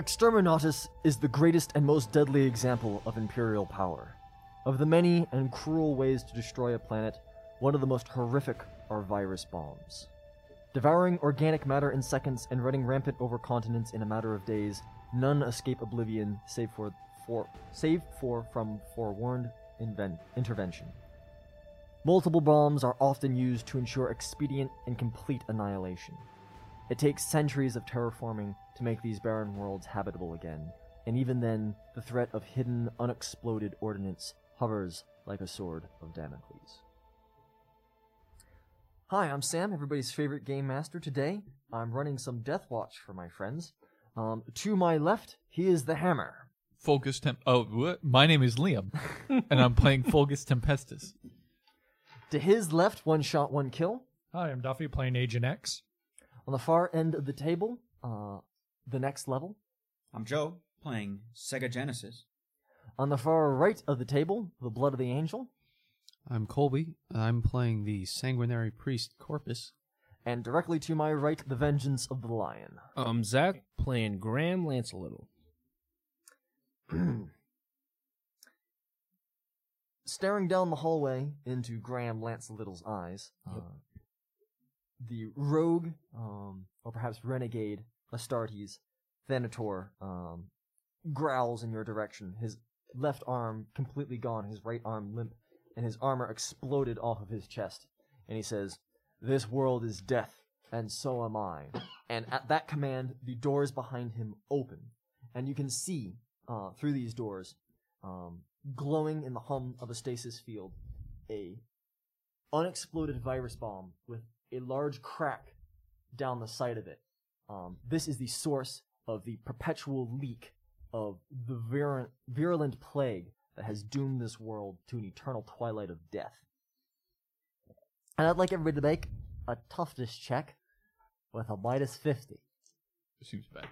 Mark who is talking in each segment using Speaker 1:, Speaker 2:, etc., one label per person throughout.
Speaker 1: Exterminatus is the greatest and most deadly example of imperial power. Of the many and cruel ways to destroy a planet, one of the most horrific are virus bombs. Devouring organic matter in seconds and running rampant over continents in a matter of days, none escape oblivion save for, for save for from forewarned inven- intervention. Multiple bombs are often used to ensure expedient and complete annihilation. It takes centuries of terraforming to make these barren worlds habitable again, and even then, the threat of hidden, unexploded ordnance hovers like a sword of Damocles. Hi, I'm Sam, everybody's favorite game master. Today, I'm running some Death Watch for my friends. Um, to my left, he is the Hammer.
Speaker 2: Fulgus Temp. Oh, what? my name is Liam, and I'm playing Fulgus Tempestus.
Speaker 1: To his left, one shot, one kill.
Speaker 3: Hi, I'm Duffy playing Agent X.
Speaker 1: On the far end of the table, uh, the next level.
Speaker 4: I'm Joe, playing Sega Genesis.
Speaker 1: On the far right of the table, the Blood of the Angel.
Speaker 5: I'm Colby. I'm playing the sanguinary priest Corpus.
Speaker 1: And directly to my right, the Vengeance of the Lion.
Speaker 6: Um, Zach playing Graham Lancelittle.
Speaker 1: staring down the hallway into Graham Lancelittl's eyes, uh, the rogue, um, or perhaps renegade Astartes, Thanator, um, growls in your direction. His left arm completely gone, his right arm limp, and his armor exploded off of his chest. And he says, This world is death, and so am I. And at that command, the doors behind him open. And you can see uh, through these doors um, glowing in the hum of a stasis field, a unexploded virus bomb with a large crack down the side of it. Um, this is the source of the perpetual leak of the virulent, virulent plague that has doomed this world to an eternal twilight of death. And I'd like everybody to make a toughness check with a minus 50.
Speaker 2: Seems bad.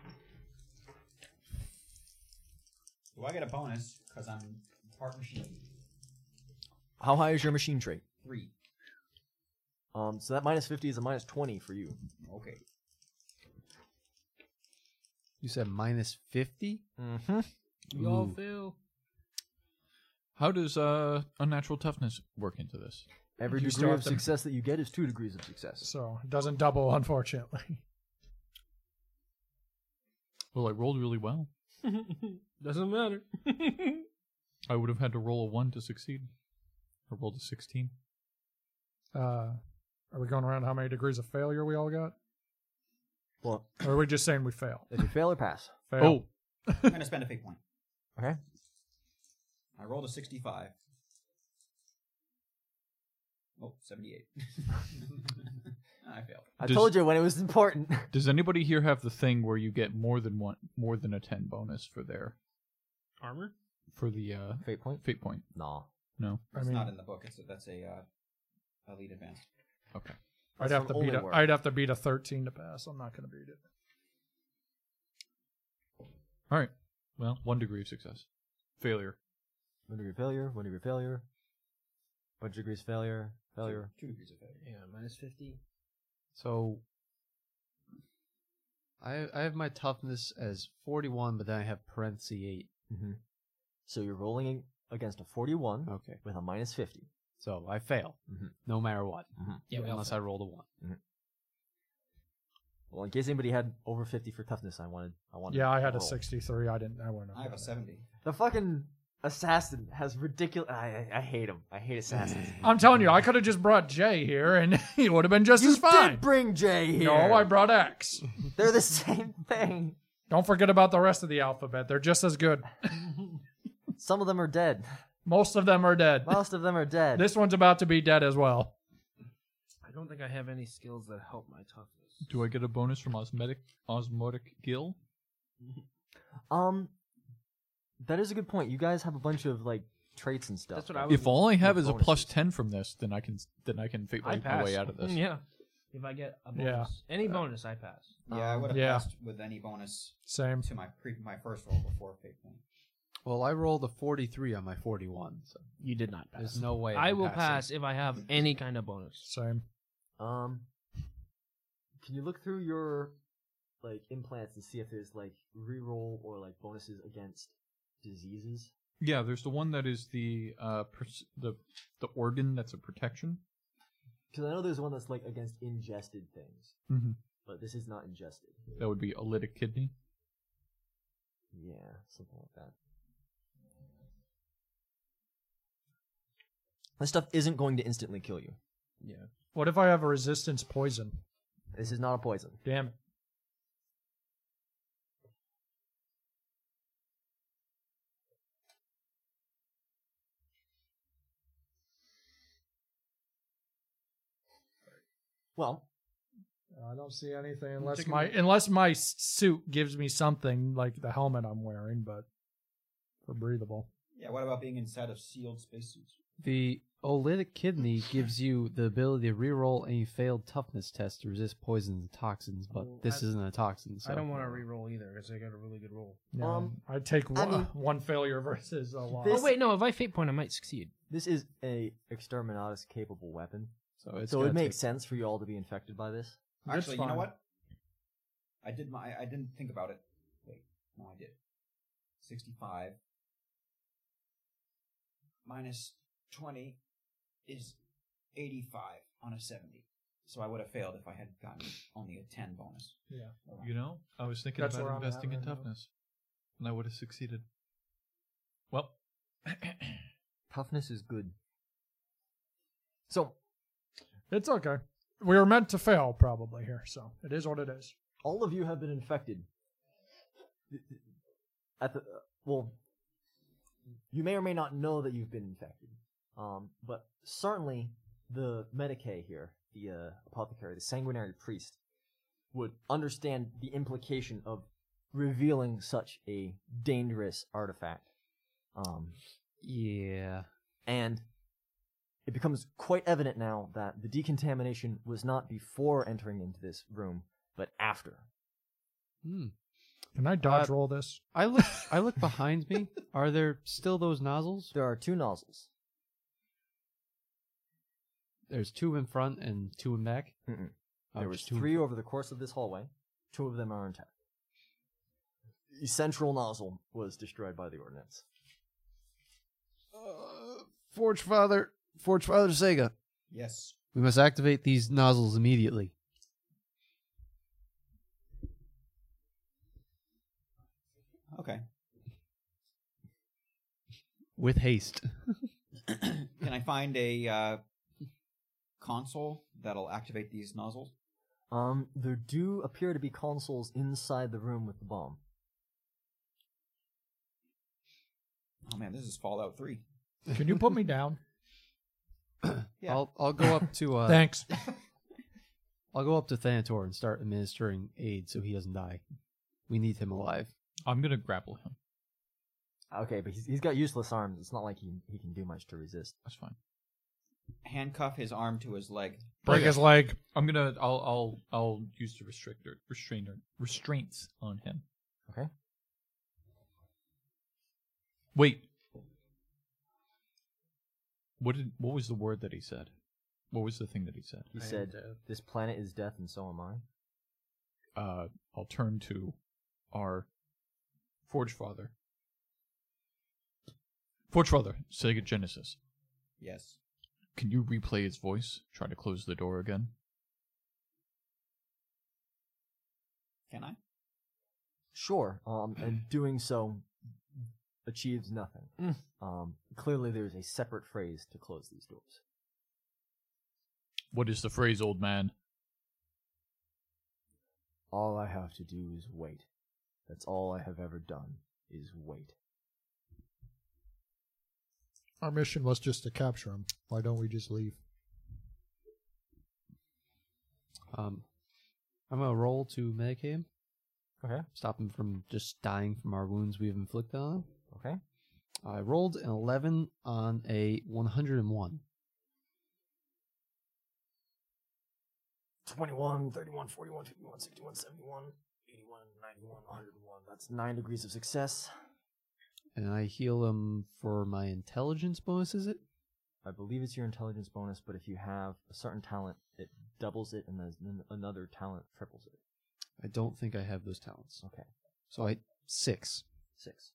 Speaker 4: Do I get a bonus because I'm part machine?
Speaker 1: How high is your machine trait?
Speaker 4: Three.
Speaker 1: Um, so that minus 50 is a minus 20 for you.
Speaker 4: Okay.
Speaker 5: You said minus 50?
Speaker 1: Mm-hmm.
Speaker 6: We all fail.
Speaker 2: How does uh, unnatural toughness work into this?
Speaker 1: Every
Speaker 3: You
Speaker 1: degree
Speaker 3: still
Speaker 1: of
Speaker 3: have to-
Speaker 1: success that you get is two degrees of success.
Speaker 3: So it doesn't double, unfortunately.
Speaker 2: Well, I rolled really well.
Speaker 6: Doesn't matter.
Speaker 2: I would have had to roll a one to succeed. I rolled a sixteen.
Speaker 3: Uh, are we going around how many degrees of failure we all got?
Speaker 1: Well,
Speaker 3: Or are we just saying we fail?
Speaker 1: if you fail or pass,
Speaker 3: fail.
Speaker 2: Oh,
Speaker 4: I'm gonna spend a fake point.
Speaker 1: okay?
Speaker 4: I rolled a 65. Oh, 78. I failed.
Speaker 1: I
Speaker 2: Does-
Speaker 1: told you when it was important.
Speaker 2: does anybody here have the thing where you get more than one, more than a ten bonus for their
Speaker 6: Armor?
Speaker 2: for the uh,
Speaker 1: Fate point?
Speaker 2: fate point?
Speaker 1: No.
Speaker 2: No.
Speaker 3: I
Speaker 4: It's
Speaker 3: mean,
Speaker 4: not in the book. It's that's a uh, elite advance.
Speaker 2: Okay.
Speaker 3: I'd
Speaker 1: That's
Speaker 3: have
Speaker 1: from
Speaker 3: to beat
Speaker 1: only
Speaker 3: a,
Speaker 1: work.
Speaker 3: I'd have to beat a 13 to pass. I'm not going to beat it.
Speaker 2: All right. Well, one degree of success. Failure.
Speaker 1: One degree failure, one degree failure, bunch of degrees failure, failure.
Speaker 4: Two degrees of failure.
Speaker 6: Yeah, minus 50.
Speaker 5: So I I have my toughness as 41, but then I have parenthesis 8.
Speaker 1: Mm-hmm. So you're rolling ag- against a 41
Speaker 5: Okay.
Speaker 1: with a minus 50.
Speaker 5: So I fail,
Speaker 6: Mm-hmm.
Speaker 1: Mhm.
Speaker 5: no matter what,
Speaker 6: Yeah, we all
Speaker 5: unless I
Speaker 6: fail.
Speaker 5: rolled a 1.
Speaker 1: Well, in case anybody had over 50 for toughness, I wanted. I wanted.
Speaker 3: Yeah, I
Speaker 1: to
Speaker 3: had a
Speaker 1: roll.
Speaker 3: 63. I didn't. I went.
Speaker 4: I have a 70.
Speaker 1: The fucking assassin has ridiculous. I, I I hate him. I hate assassins.
Speaker 3: I'm telling you, I could have just brought Jay here, and he would have been just
Speaker 1: you
Speaker 3: as fine.
Speaker 1: did bring Jay here.
Speaker 3: no, I brought X.
Speaker 1: They're the same thing.
Speaker 3: Don't forget about the rest of the alphabet. They're just as good.
Speaker 1: Some of them are dead.
Speaker 3: Most of them are dead.
Speaker 1: Most of them are dead.
Speaker 3: This one's about to be dead as well.
Speaker 6: I don't think I have any skills that help my toughness.
Speaker 2: Do I get a bonus from osmotic osmotic gill?
Speaker 1: Um, that is a good point. You guys have a bunch of like traits and stuff.
Speaker 6: That's what I was-
Speaker 2: If all I have is a
Speaker 1: bonuses.
Speaker 2: plus ten from this, then I can then I can fate
Speaker 6: I
Speaker 2: my, my
Speaker 6: pass.
Speaker 2: way out of this.
Speaker 6: Yeah. If I get a bonus. Any bonus, I pass.
Speaker 4: Yeah, I would have
Speaker 3: Um, yeah.
Speaker 4: passed with any bonus
Speaker 3: Same.
Speaker 4: to my pre- my first roll before fake point.
Speaker 5: Well, I rolled a 43 on my 41, so
Speaker 6: You did not
Speaker 5: there's no way.
Speaker 6: I
Speaker 5: I'm
Speaker 6: will
Speaker 5: passing.
Speaker 6: pass if I have any kind of bonus.
Speaker 3: Same.
Speaker 1: Um, can you look through your like implants and see if there's like reroll or like bonuses against diseases.
Speaker 2: Yeah, there's the one that is the uh pers- the the organ that's a protection.
Speaker 1: Because I know there's one that's like against ingested things,
Speaker 2: Mm-hmm.
Speaker 1: but this is not ingested.
Speaker 2: That would be a lytic kidney.
Speaker 1: Yeah, something like that. This stuff isn't going to instantly kill you.
Speaker 2: Yeah.
Speaker 3: What if I have a resistance poison?
Speaker 1: This is not a poison.
Speaker 3: Damn it.
Speaker 1: Well,
Speaker 3: I don't see anything unless
Speaker 2: take a
Speaker 3: my
Speaker 2: look.
Speaker 3: unless my s- suit gives me something like the helmet I'm wearing, but for breathable.
Speaker 4: Yeah, what about being inside of sealed spacesuits?
Speaker 5: The olytic kidney gives you the ability to reroll any failed toughness test to resist poisons and toxins, but
Speaker 6: Well,
Speaker 5: this
Speaker 6: I-
Speaker 5: isn't a toxin. So.
Speaker 6: I don't want to re-roll either because I got a really good roll.
Speaker 3: Yeah,
Speaker 1: Um,
Speaker 3: I take one,
Speaker 1: mean-
Speaker 3: one failure versus a lot.
Speaker 1: This-
Speaker 6: oh wait, no. If I fate point, I might succeed.
Speaker 1: this is a exterminatus capable weapon,
Speaker 5: So, it's
Speaker 1: so it
Speaker 5: gotta
Speaker 1: makes
Speaker 5: take-
Speaker 1: sense for you all to be infected by this.
Speaker 3: That's
Speaker 4: Actually, you know
Speaker 3: fine.
Speaker 4: what? I did my. I didn't think about it. Wait, no, I did. Sixty-five minus twenty is eighty-five on a seventy. So I would have failed if I had gotten only a ten bonus.
Speaker 3: Yeah.
Speaker 2: You know, I was thinking
Speaker 3: That's where
Speaker 2: about
Speaker 3: I'm at
Speaker 2: investing in
Speaker 3: right now.
Speaker 2: toughness, and I would have succeeded. Well,
Speaker 1: Toughness is good. So
Speaker 3: It's okay. We were meant to fail probably here, so it is what it is.
Speaker 1: all of you have been infected. At the well, you may or may not know that you've been infected, um, but certainly the Medicae here, the uh, apothecary, the sanguinary priest, would understand the implication of revealing such a dangerous artifact. Um,
Speaker 5: Yeah.
Speaker 1: and it becomes quite evident now that the decontamination was not before entering into this room, but after.
Speaker 5: Hmm.
Speaker 3: Can I dodge
Speaker 5: Uh,
Speaker 3: roll this?
Speaker 5: I look. I look behind me. Are there still those nozzles?
Speaker 1: There are two nozzles.
Speaker 5: There's two in front and two in back.
Speaker 1: Mm-mm.
Speaker 6: Uh,
Speaker 5: Oh,
Speaker 1: there was
Speaker 5: just two in
Speaker 1: three over the course of this hallway. Two of them are intact. The central nozzle was destroyed by the ordinance.
Speaker 5: Uh, Forge Father, Forge Father Sega,
Speaker 4: Yes.
Speaker 5: we must activate these nozzles immediately.
Speaker 4: Okay.
Speaker 5: With haste.
Speaker 4: Can I find a uh, console that'll activate these nozzles?
Speaker 1: Um, there do appear to be consoles inside the room with the bomb.
Speaker 4: Oh man, this is Fallout Three.
Speaker 3: Can you put me down?
Speaker 4: Yeah.
Speaker 5: I'll I'll go up to uh
Speaker 3: Thanks.
Speaker 5: I'll go up to Thanator and start administering aid so he doesn't die. We need him alive.
Speaker 2: I'm gonna grapple him.
Speaker 1: Okay, but he's, he's got useless arms. It's not like he he can do much to resist.
Speaker 2: That's fine.
Speaker 4: Handcuff his arm to his leg.
Speaker 3: Break his leg.
Speaker 2: I'm gonna. I'll. I'll. I'll use the restrictor, restrainer, restraints on him.
Speaker 1: Okay.
Speaker 2: Wait. What did? What was the word that he said? What was the thing that he said?
Speaker 1: He
Speaker 6: I am
Speaker 1: said,
Speaker 6: dead.
Speaker 1: "This planet is death, and so am I."
Speaker 2: Uh, I'll turn to our Forge Father. Forge Father, Sega Genesis.
Speaker 4: Yes.
Speaker 2: Can you replay his voice? Try to close the door again.
Speaker 4: Can I?
Speaker 1: Sure. Um, and doing so achieves nothing.
Speaker 6: Mm.
Speaker 1: Um, clearly there's a separate phrase to close these doors.
Speaker 2: What is the phrase, old man?
Speaker 1: All I have to do is wait. That's all I have ever done is wait.
Speaker 7: Our mission was just to capture him. Why don't we just leave?
Speaker 5: Um, I'm gonna roll to medicate him,
Speaker 1: Okay.
Speaker 5: stop him from just dying from our wounds we've inflicted on him.
Speaker 1: Okay.
Speaker 5: I rolled an 11 on a 101.
Speaker 1: 21, 31, 41, 51, 61, 71, 81, 91, 101. That's 9 degrees of success.
Speaker 5: And I heal him for my intelligence bonus, is it?
Speaker 1: I believe it's your intelligence bonus, but if you have a certain talent, it doubles it and then another talent triples it.
Speaker 5: I don't think I have those talents.
Speaker 1: Okay.
Speaker 5: So I six.
Speaker 1: Six.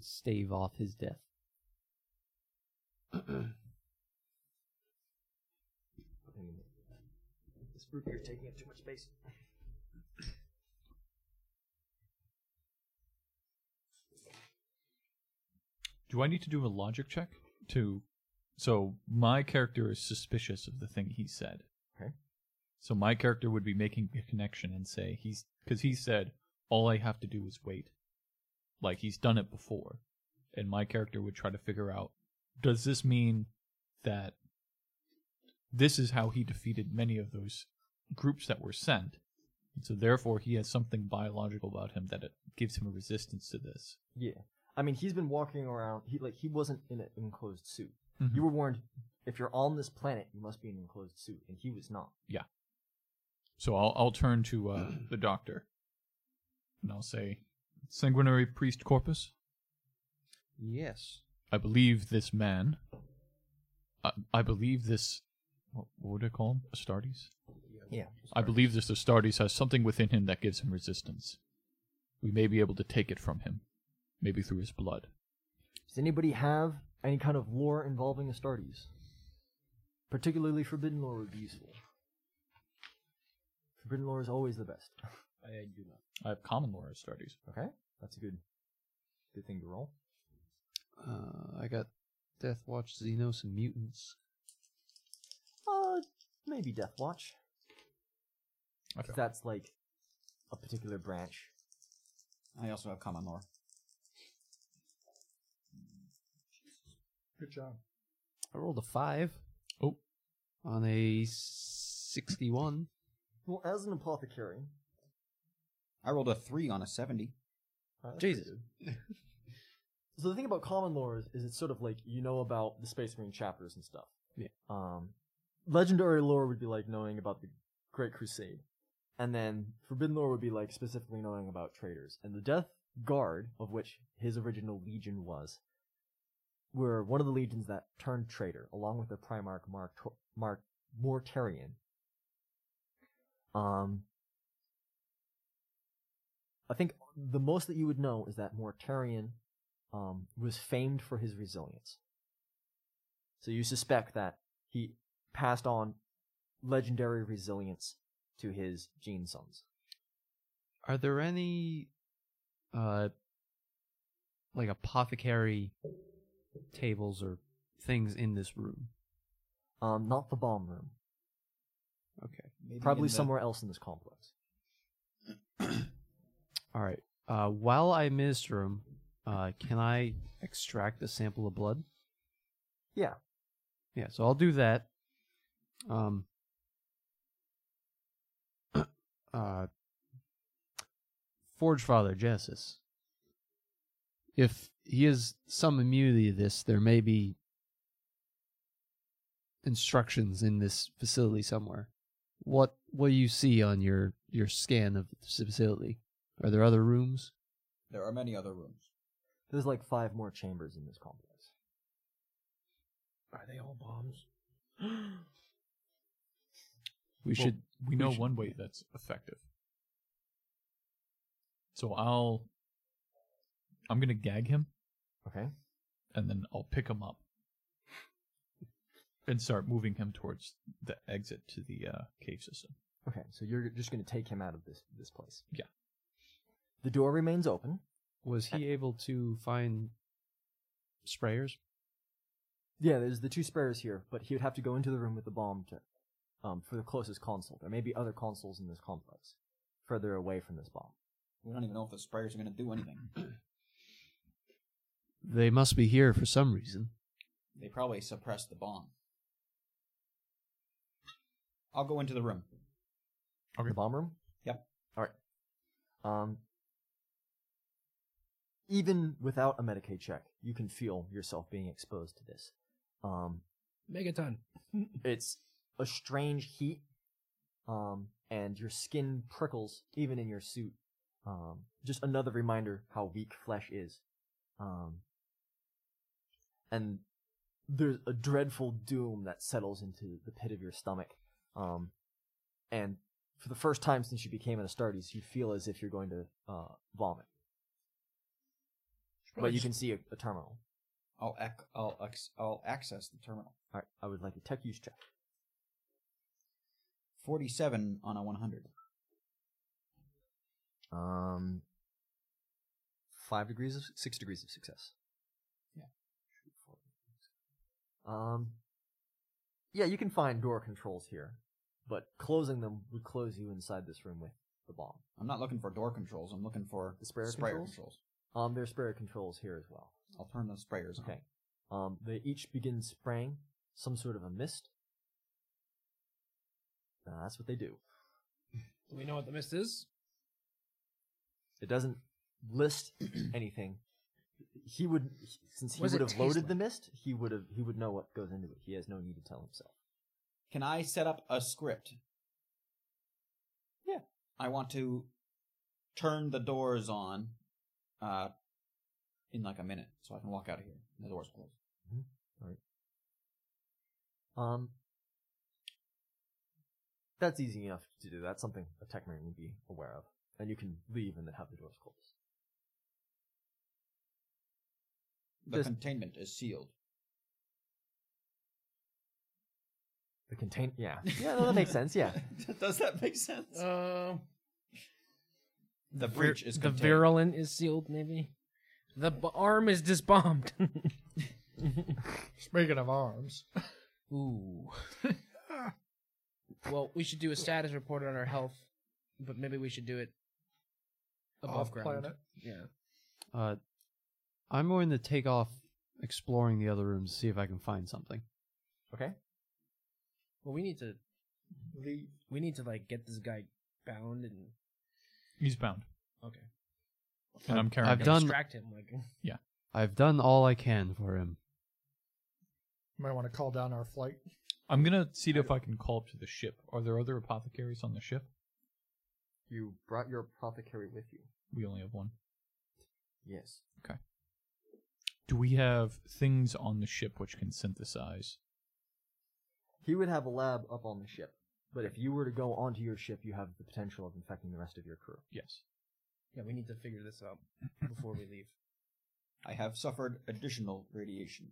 Speaker 5: Stave off his death.
Speaker 1: This root beer's taking up too much space.
Speaker 2: Do I need to do a logic check to? So my character is suspicious of the thing he said.
Speaker 1: Okay.
Speaker 2: So my character would be making a connection and say he's because he said all I have to do is wait, like he's done it before, and my character would try to figure out does this mean that this is how he defeated many of those groups that were sent, and so therefore he has something biological about him that it gives him a resistance to this.
Speaker 1: Yeah. I mean, he's been walking around. He like he wasn't in an enclosed suit.
Speaker 2: Mhm.
Speaker 5: Mm-hmm.
Speaker 1: You were warned. If you're on this planet, you must be in an enclosed suit, and he was not.
Speaker 2: So I'll I'll turn to uh, the doctor, and I'll say, "Sanguinary priest corpus,
Speaker 5: Yes.
Speaker 2: I believe this man. I, I believe this. What, what would I call him? Astartes.
Speaker 1: Yeah.
Speaker 2: I believe this Astartes has something within him that gives him resistance. We may be able to take it from him, maybe through his blood.
Speaker 1: Does anybody have any kind of lore involving Astartes? Particularly forbidden lore would be useful. Forbidden lore is always the best.
Speaker 6: I do not.
Speaker 2: I have common lore Astartes.
Speaker 1: Okay, that's a good, good thing to roll.
Speaker 5: Uh, I got Death Watch, Xenos, and Mutants.
Speaker 1: Uh, maybe Death Watch.
Speaker 2: Okay.
Speaker 1: Because that's like a particular branch.
Speaker 4: I also have common lore.
Speaker 3: Good job.
Speaker 5: I rolled a five.
Speaker 2: Oh.
Speaker 5: On a sixty-one.
Speaker 1: Well, as an apothecary,
Speaker 4: I rolled a three on a seventy.
Speaker 1: uh, that's
Speaker 5: Jesus.
Speaker 1: pretty good. so the thing about common lore is, is it's sort of like you know about the Space Marine chapters and stuff.
Speaker 5: Yeah.
Speaker 1: Um, legendary lore would be like knowing about the Great Crusade, and then forbidden lore would be like specifically knowing about traitors and the Death Guard, of which his original legion was. Were one of the legions that turned traitor, along with the Primarch Mark Mark Mortarian. Um, I think the most that you would know is that Mortarian um, was famed for his resilience. So you suspect that he passed on legendary resilience to his gene sons.
Speaker 5: Are there any, uh, like apothecary tables or things in this room?
Speaker 1: Um, not the bomb room.
Speaker 5: Okay.
Speaker 4: Maybe
Speaker 1: Probably
Speaker 4: in the-
Speaker 1: somewhere else in this complex.
Speaker 5: All right. Uh, while I administer them, uh, can I extract a sample of blood?
Speaker 1: Yeah.
Speaker 5: Yeah. So I'll do that. Um. Uh. Forge Father Genesis. If he has some immunity to this, there may be instructions in this facility somewhere. What what do you see on your your scan of this facility? Are there other rooms?
Speaker 4: There are many other rooms.
Speaker 1: There's like five more chambers in this complex.
Speaker 6: Are they all bombs?
Speaker 5: We
Speaker 2: Well,
Speaker 5: should
Speaker 2: we know
Speaker 5: should-
Speaker 2: one way that's effective. So I'll. I'm gonna gag him.
Speaker 1: Okay.
Speaker 2: and then I'll pick him up and start moving him towards the exit to the uh, cave system.
Speaker 1: Okay. So you're just going to take him out of this this place.
Speaker 2: Yeah.
Speaker 1: The door remains open.
Speaker 5: Was he able to find sprayers?
Speaker 1: Yeah, there's the two sprayers here, but he would have to go into the room with the bomb to, um, for the closest console. There may be other consoles in this complex, further away from this bomb.
Speaker 4: We don't even know if the sprayers are going to do anything.
Speaker 5: They must be here for some reason.
Speaker 4: They probably suppressed the bomb. I'll go into the room.
Speaker 2: Okay.
Speaker 1: The bomb room?
Speaker 4: Yep.
Speaker 1: All right. Um, even without a Medicaid check, you can feel yourself being exposed to this. Um,
Speaker 6: Megaton.
Speaker 1: it's a strange heat, um, and your skin prickles even in your suit. Um, just another reminder how weak flesh is. Um, and there's a dreadful doom that settles into the pit of your stomach. Um, and for the first time since you became an Astartes, you feel as if you're going to uh, vomit, but you can see a, a terminal.
Speaker 4: I'll ac- I'll ex- I'll access the terminal.
Speaker 1: All right, I would like a tech use check.
Speaker 4: Forty-seven on a one hundred.
Speaker 1: Um, five degrees of six degrees of success.
Speaker 4: Yeah.
Speaker 1: Um, yeah, you can find door controls here, but closing them would close you inside this room with the bomb.
Speaker 4: I'm not looking for door controls. I'm looking for
Speaker 1: The sprayer
Speaker 4: sprayer
Speaker 1: controls?
Speaker 4: controls.
Speaker 1: Um, there's sprayer controls here as well.
Speaker 4: I'll turn those sprayers
Speaker 1: Okay. Um, they each begin spraying some sort of a mist. Uh, that's what they do.
Speaker 6: Do we know what the mist is?
Speaker 1: It doesn't list anything. He would, since he
Speaker 6: What does
Speaker 1: would
Speaker 6: it
Speaker 1: have
Speaker 6: taste
Speaker 1: loaded
Speaker 6: like?
Speaker 1: the mist, he would have he would know what goes into it. He has no need to tell himself.
Speaker 4: on. Can I set up a script?
Speaker 1: Yeah.
Speaker 4: I want to turn the doors on uh, in like a minute, so I can walk out of here. The doors closed.
Speaker 1: Um, that's easy enough to do. That's something a tech marine would be aware of, and you can leave and then have the doors closed.
Speaker 4: The
Speaker 1: This-
Speaker 4: containment is sealed.
Speaker 1: The contain, yeah, yeah, no, that makes sense. Yeah,
Speaker 4: Does that make sense?
Speaker 6: Um,
Speaker 4: the breach is
Speaker 6: the
Speaker 4: contained.
Speaker 6: virulent is sealed. Maybe the b- arm is disbombed.
Speaker 3: Speaking of arms,
Speaker 6: Ooh. well, we should do a status report on our health, but maybe we should do it above
Speaker 3: off
Speaker 6: ground.
Speaker 3: planet.
Speaker 6: Yeah.
Speaker 5: Uh, I'm going to take off exploring the other rooms to see if I can find something.
Speaker 1: okay.
Speaker 6: Well, we need to We need to like get this guy bound and
Speaker 2: He's bound.
Speaker 6: okay.
Speaker 2: And I'm carrying
Speaker 5: I've
Speaker 2: him.
Speaker 5: done-
Speaker 6: distract him. Like
Speaker 5: I've done all I can for him.
Speaker 3: You might want to call down our flight.
Speaker 2: I'm gonna see if I can call up to the ship. Are there other apothecaries on the ship?
Speaker 1: You brought your apothecary with you.
Speaker 2: We only have one.
Speaker 1: Yes.
Speaker 2: Do we have things on the ship which can synthesize?
Speaker 1: He would have a lab up on the ship, but if you were to go onto your ship, you have the potential of infecting the rest of your crew.
Speaker 2: Yes.
Speaker 6: yeah, we need to figure this out before we leave.
Speaker 4: I have suffered additional radiation.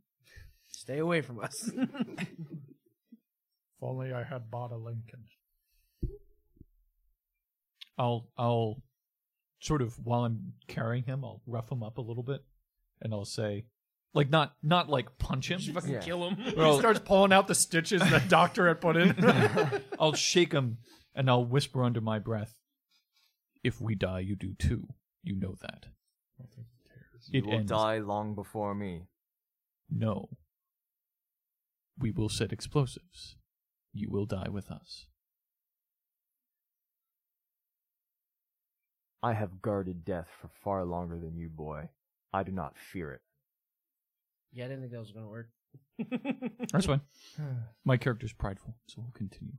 Speaker 6: Stay away from us.
Speaker 3: If only I had bought a Lincoln.
Speaker 2: I'll I'll sort of while I'm carrying him, I'll rough him up a little bit, and I'll say, like not not like punch him.
Speaker 6: Fucking
Speaker 1: Yeah.
Speaker 6: kill him.
Speaker 2: Well,
Speaker 3: he starts pulling out the stitches the doctor had put in.
Speaker 2: I'll shake him and I'll whisper under my breath, "If we die, you do too. You know that." It ends.
Speaker 1: long before me.
Speaker 2: No. We will set explosives. You will die with us.
Speaker 1: I have guarded death for far longer than you, boy. I do not fear it.
Speaker 6: Yeah, I didn't think that was gonna work.
Speaker 2: That's fine. My character's prideful, so we'll continue.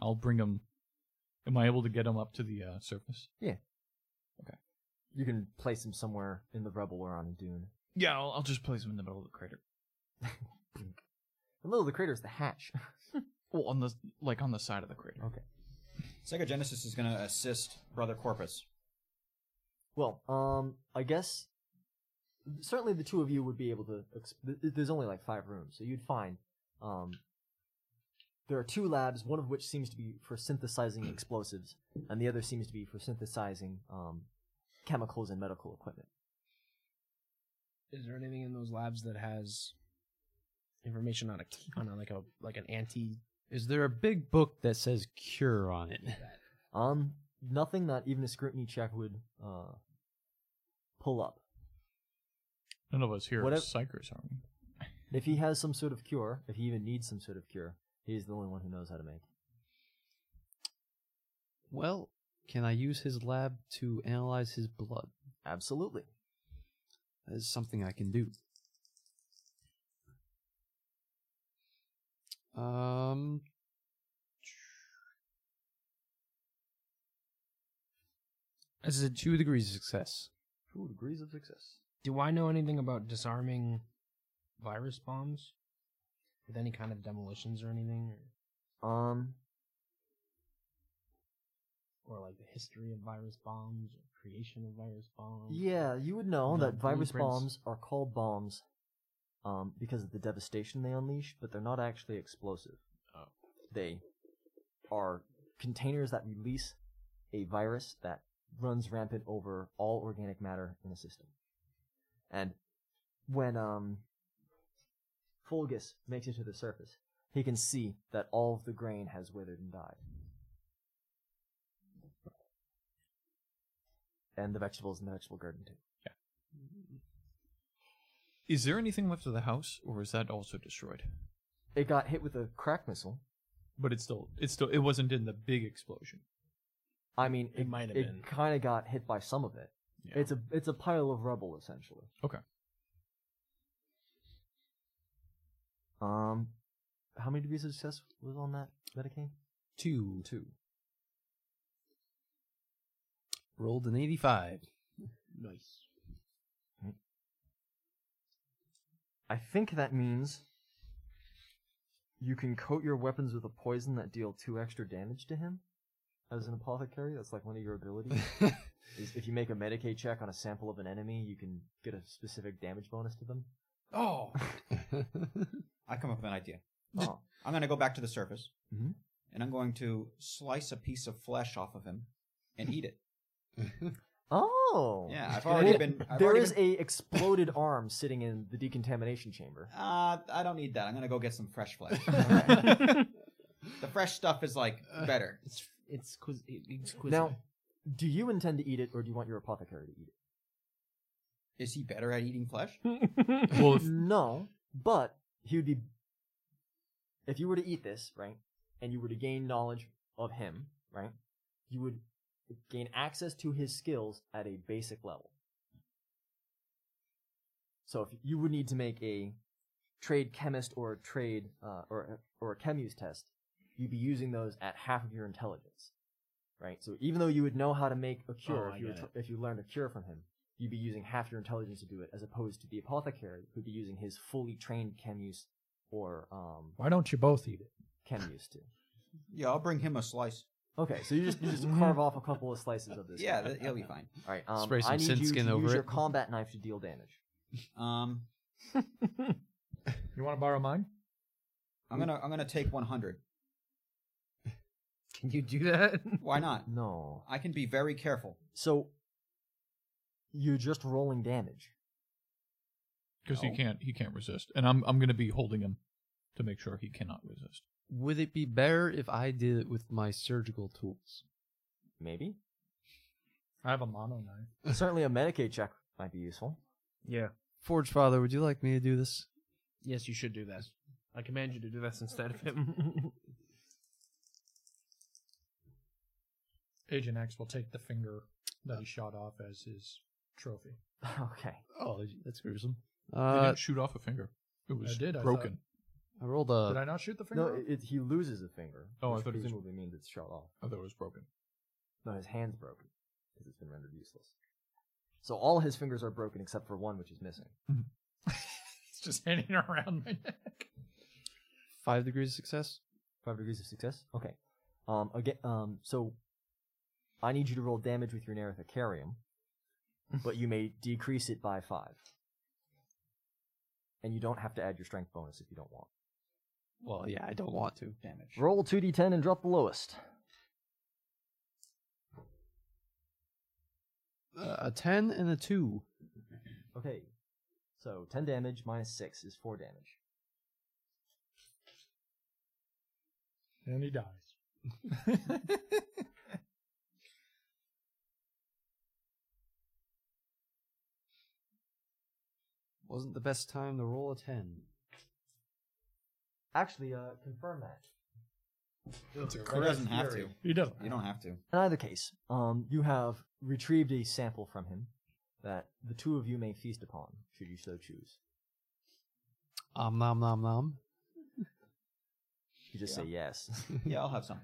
Speaker 2: I'll bring him. Am I able to get him up to the uh, surface?
Speaker 1: You can place him somewhere in the rubble or on a dune.
Speaker 2: Yeah, I'll, I'll just place him in the middle of the crater.
Speaker 1: The middle of the crater is the hatch.
Speaker 2: Well, on the like on the side of the crater.
Speaker 1: okay.
Speaker 4: Sega Genesis is going to assist Brother Corpus.
Speaker 1: Well, um, I guess certainly the two of you would be able to. Exp- th- there's only like five rooms, so you'd find. Um, there are two labs, one of which seems to be for synthesizing explosives, and the other seems to be for synthesizing um, chemicals and medical equipment.
Speaker 6: Is there anything in those labs that has information on a on a, like a like an anti?
Speaker 5: Is there a big book that says cure on it?
Speaker 1: Um, nothing that even a scrutiny check would uh, pull up.
Speaker 2: None of us here
Speaker 1: What
Speaker 2: are
Speaker 1: if-
Speaker 2: psychers, are we?
Speaker 1: If he has some sort of cure, if he even needs some sort of cure, he's the only one who knows how to make. it.
Speaker 5: Well, can I use his lab to analyze his blood?
Speaker 1: Absolutely.
Speaker 5: That is something I can do. Um. This is a two degrees of success.
Speaker 1: Two degrees of success.
Speaker 6: Do I know anything about disarming virus bombs? with any kind of demolitions or anything,
Speaker 1: Um,
Speaker 6: or, or like the history of virus bombs, or creation of virus bombs.
Speaker 1: yeah, you would know
Speaker 6: The
Speaker 1: that virus
Speaker 6: blueprints.
Speaker 1: bombs are called bombs um, because of the devastation they unleash, but they're not actually explosive.
Speaker 2: Oh.
Speaker 1: They are containers that release a virus that runs rampant over all organic matter in the system. And when um, Fulgus makes it to the surface, he can see that all of the grain has withered and died. And the vegetables in the vegetable garden, too.
Speaker 2: Is there anything left of the house, or is that also destroyed?
Speaker 1: It got hit with a crack missile.
Speaker 2: But it's still, it's still, it wasn't in the big explosion.
Speaker 1: I mean,
Speaker 6: It might have been.
Speaker 1: It kind of got hit by some of it.
Speaker 2: Yeah.
Speaker 1: It's a it's a pile of rubble essentially.
Speaker 2: Okay.
Speaker 1: Um, how many degrees of success was on that Medicaid?
Speaker 5: Two.
Speaker 1: Two.
Speaker 5: Rolled an 85.
Speaker 6: nice.
Speaker 1: I think that means you can coat your weapons with a poison that deal two extra damage to him. As an apothecary, that's like one of your abilities. is if you make a Medicaid check on a sample of an enemy, you can get a specific damage bonus to them.
Speaker 4: Oh, I come up with an idea.
Speaker 1: Oh.
Speaker 4: I'm going to go back to the surface,
Speaker 1: Mhm.
Speaker 4: and I'm going to slice a piece of flesh off of him and eat it.
Speaker 1: Oh.
Speaker 4: Yeah, I've already
Speaker 1: Well,
Speaker 4: been. I've
Speaker 1: There
Speaker 4: already
Speaker 1: is
Speaker 4: been,
Speaker 1: a exploded arm sitting in the decontamination chamber.
Speaker 4: Uh, I don't need that. I'm going to go get some fresh flesh. the fresh stuff is like better.
Speaker 6: It's it's quiz- it's quizzical.
Speaker 1: Now, do you intend to eat it, or do you want your apothecary to eat it?
Speaker 4: Is he better at eating flesh?
Speaker 2: well, if,
Speaker 1: No, but he would be. If you were to eat this, right, and you were to gain knowledge of him, right, you would gain access to his skills at a basic level. So if you would need to make a trade chemist or a trade uh, or or a chemuse test, you'd be using those at half of your intelligence, right? So even though you would know how to make a cure
Speaker 6: Oh, I
Speaker 1: if you were
Speaker 6: get
Speaker 1: tr- if you learned a cure from him, you'd be using half your intelligence to do it, as opposed to the apothecary who'd be using his fully trained chemuse or um,
Speaker 3: Why don't you both eat it?
Speaker 1: chemuse too.
Speaker 4: Yeah, I'll bring him a slice.
Speaker 1: Okay, so you just you just carve off a couple of slices of this.
Speaker 4: Yeah, that, he'll be fine.
Speaker 1: All right. Um,
Speaker 5: Spray some
Speaker 1: I need
Speaker 5: sin
Speaker 1: you
Speaker 5: skin
Speaker 1: to
Speaker 5: over
Speaker 1: use your
Speaker 5: it.
Speaker 1: combat knife to deal damage.
Speaker 4: Um,
Speaker 3: You want to borrow mine?
Speaker 4: I'm gonna I'm gonna take 100.
Speaker 6: can you do that?
Speaker 4: Why not?
Speaker 1: No.
Speaker 4: I can be very careful.
Speaker 1: So you're just rolling damage.
Speaker 2: because
Speaker 4: No.
Speaker 2: he can't, he can't resist, and I'm, I'm gonna be holding him to make sure he cannot resist.
Speaker 5: Would it be better if I did it with my surgical tools?
Speaker 1: Maybe.
Speaker 3: I have a mono knife.
Speaker 1: Certainly, a Medicaid check might be useful.
Speaker 6: yeah.
Speaker 5: Forge Father, would you like me to do this?
Speaker 6: Yes, you should do that. I command you to do this instead of him.
Speaker 3: Agent X will take the finger that he shot off as his trophy.
Speaker 1: Okay.
Speaker 5: Oh, that's gruesome.
Speaker 2: They
Speaker 5: Uh,
Speaker 2: didn't shoot off a finger. It was
Speaker 3: did, I
Speaker 2: broken.
Speaker 5: I rolled
Speaker 3: Did
Speaker 5: a.
Speaker 3: I not shoot the finger?
Speaker 1: No, it, it, he loses a finger.
Speaker 2: Oh, I
Speaker 1: which
Speaker 2: thought it was-
Speaker 1: presumably means it's shot off.
Speaker 2: I thought. it was broken.
Speaker 1: No, his hand's broken because it's been rendered useless. So all his fingers are broken except for one, which is missing.
Speaker 3: it's just hanging around my neck.
Speaker 5: Five degrees of success?
Speaker 1: Five degrees of success. Okay. Um. Again. Um. So, I need you to roll damage with your Nerithacarium, but you may decrease it by five. And you don't have to add your strength bonus if you don't want.
Speaker 5: Well, yeah, I don't want to.
Speaker 4: Damage.
Speaker 1: Roll two d10 and drop the lowest.
Speaker 5: Uh, a 10 and a 2.
Speaker 1: Okay. So ten damage minus six is four damage.
Speaker 3: And he dies.
Speaker 5: Wasn't the best time to roll a 10.
Speaker 1: Actually, uh, confirm that.
Speaker 4: He doesn't have to.
Speaker 3: He doesn't.
Speaker 4: You don't have to.
Speaker 1: In either case, um, you have retrieved a sample from him that the two of you may feast upon, should you so choose.
Speaker 5: Om Um, nom nom nom.
Speaker 1: You just say yes.
Speaker 4: Yeah, I'll have some.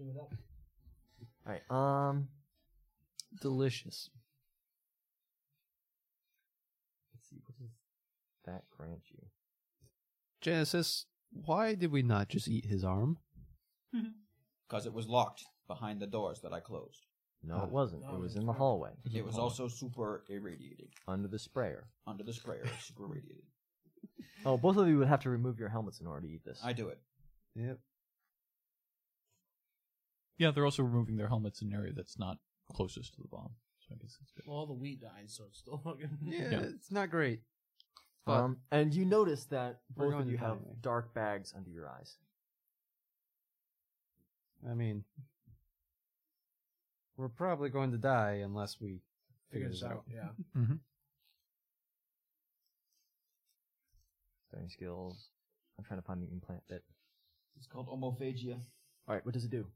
Speaker 1: All right. Um.
Speaker 5: Delicious.
Speaker 1: Let's see, what does that grant you?
Speaker 5: Genesis, why did we not just eat his arm?
Speaker 4: because it was locked behind the doors that I closed.
Speaker 1: No, it wasn't.
Speaker 6: No,
Speaker 1: it was
Speaker 6: it's
Speaker 1: in the
Speaker 6: not.
Speaker 1: hallway.
Speaker 4: It was also super irradiated
Speaker 1: under the sprayer.
Speaker 4: under the sprayer. it's Super irradiated.
Speaker 1: Oh, both of you would have to remove your helmets in order to eat this.
Speaker 4: I do it.
Speaker 5: Yep.
Speaker 2: Yeah, they're also removing their helmets in an area that's not closest to the bomb. So I guess it's good.
Speaker 6: Well, all the wheat died, so it's still fucking.
Speaker 5: Yeah,
Speaker 2: Yeah.
Speaker 5: it's not great. But
Speaker 1: um, and you notice that
Speaker 5: We're
Speaker 1: both
Speaker 5: going
Speaker 1: of you
Speaker 5: to
Speaker 1: have
Speaker 5: die.
Speaker 1: dark bags under your eyes.
Speaker 5: I mean, we're probably going to die unless we figure
Speaker 6: Figures
Speaker 5: this
Speaker 6: out.
Speaker 5: out.
Speaker 6: Yeah.
Speaker 1: Starting skills. I'm trying to find the implant bit.
Speaker 4: It's called homophagia.
Speaker 1: All right, what does it do?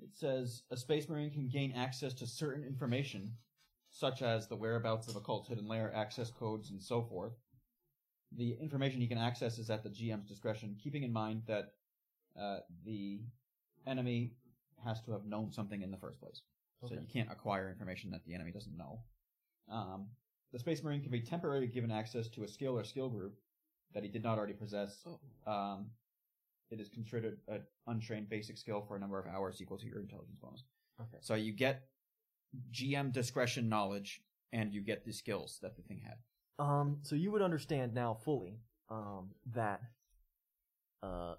Speaker 4: It says a space marine can gain access to certain information, such as the whereabouts of occult hidden lair, access codes, and so forth. The information he can access is at the GM's discretion, keeping in mind that uh, the enemy has to have known something in the first place. So you can't acquire information that the enemy doesn't know. Um, the space marine can be temporarily given access to a skill or skill group that he did not already possess. Um, it is considered an untrained basic skill for a number of hours equal to your intelligence bonus.
Speaker 1: Okay.
Speaker 4: So you get GM discretion knowledge, and you get the skills that the thing had.
Speaker 1: Um, so you would understand now fully um, that uh,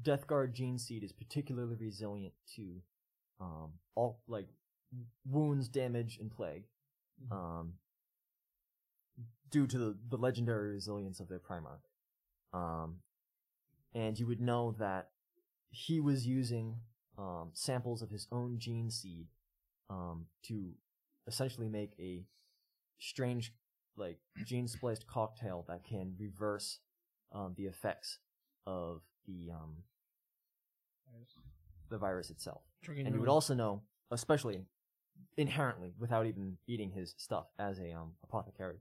Speaker 1: Death Guard Gene Seed is particularly resilient to um, all like w- wounds, damage, and plague, um, due to the, the legendary resilience of their Primarch. Um, and you would know that he was using um, samples of his own gene seed um, to essentially make a strange like gene spliced cocktail that can reverse um, the effects of the um, the virus itself.
Speaker 3: Drinking
Speaker 1: and you
Speaker 3: your
Speaker 1: would
Speaker 3: own-
Speaker 1: also know, especially inherently, without even eating his stuff as a um, apothecary,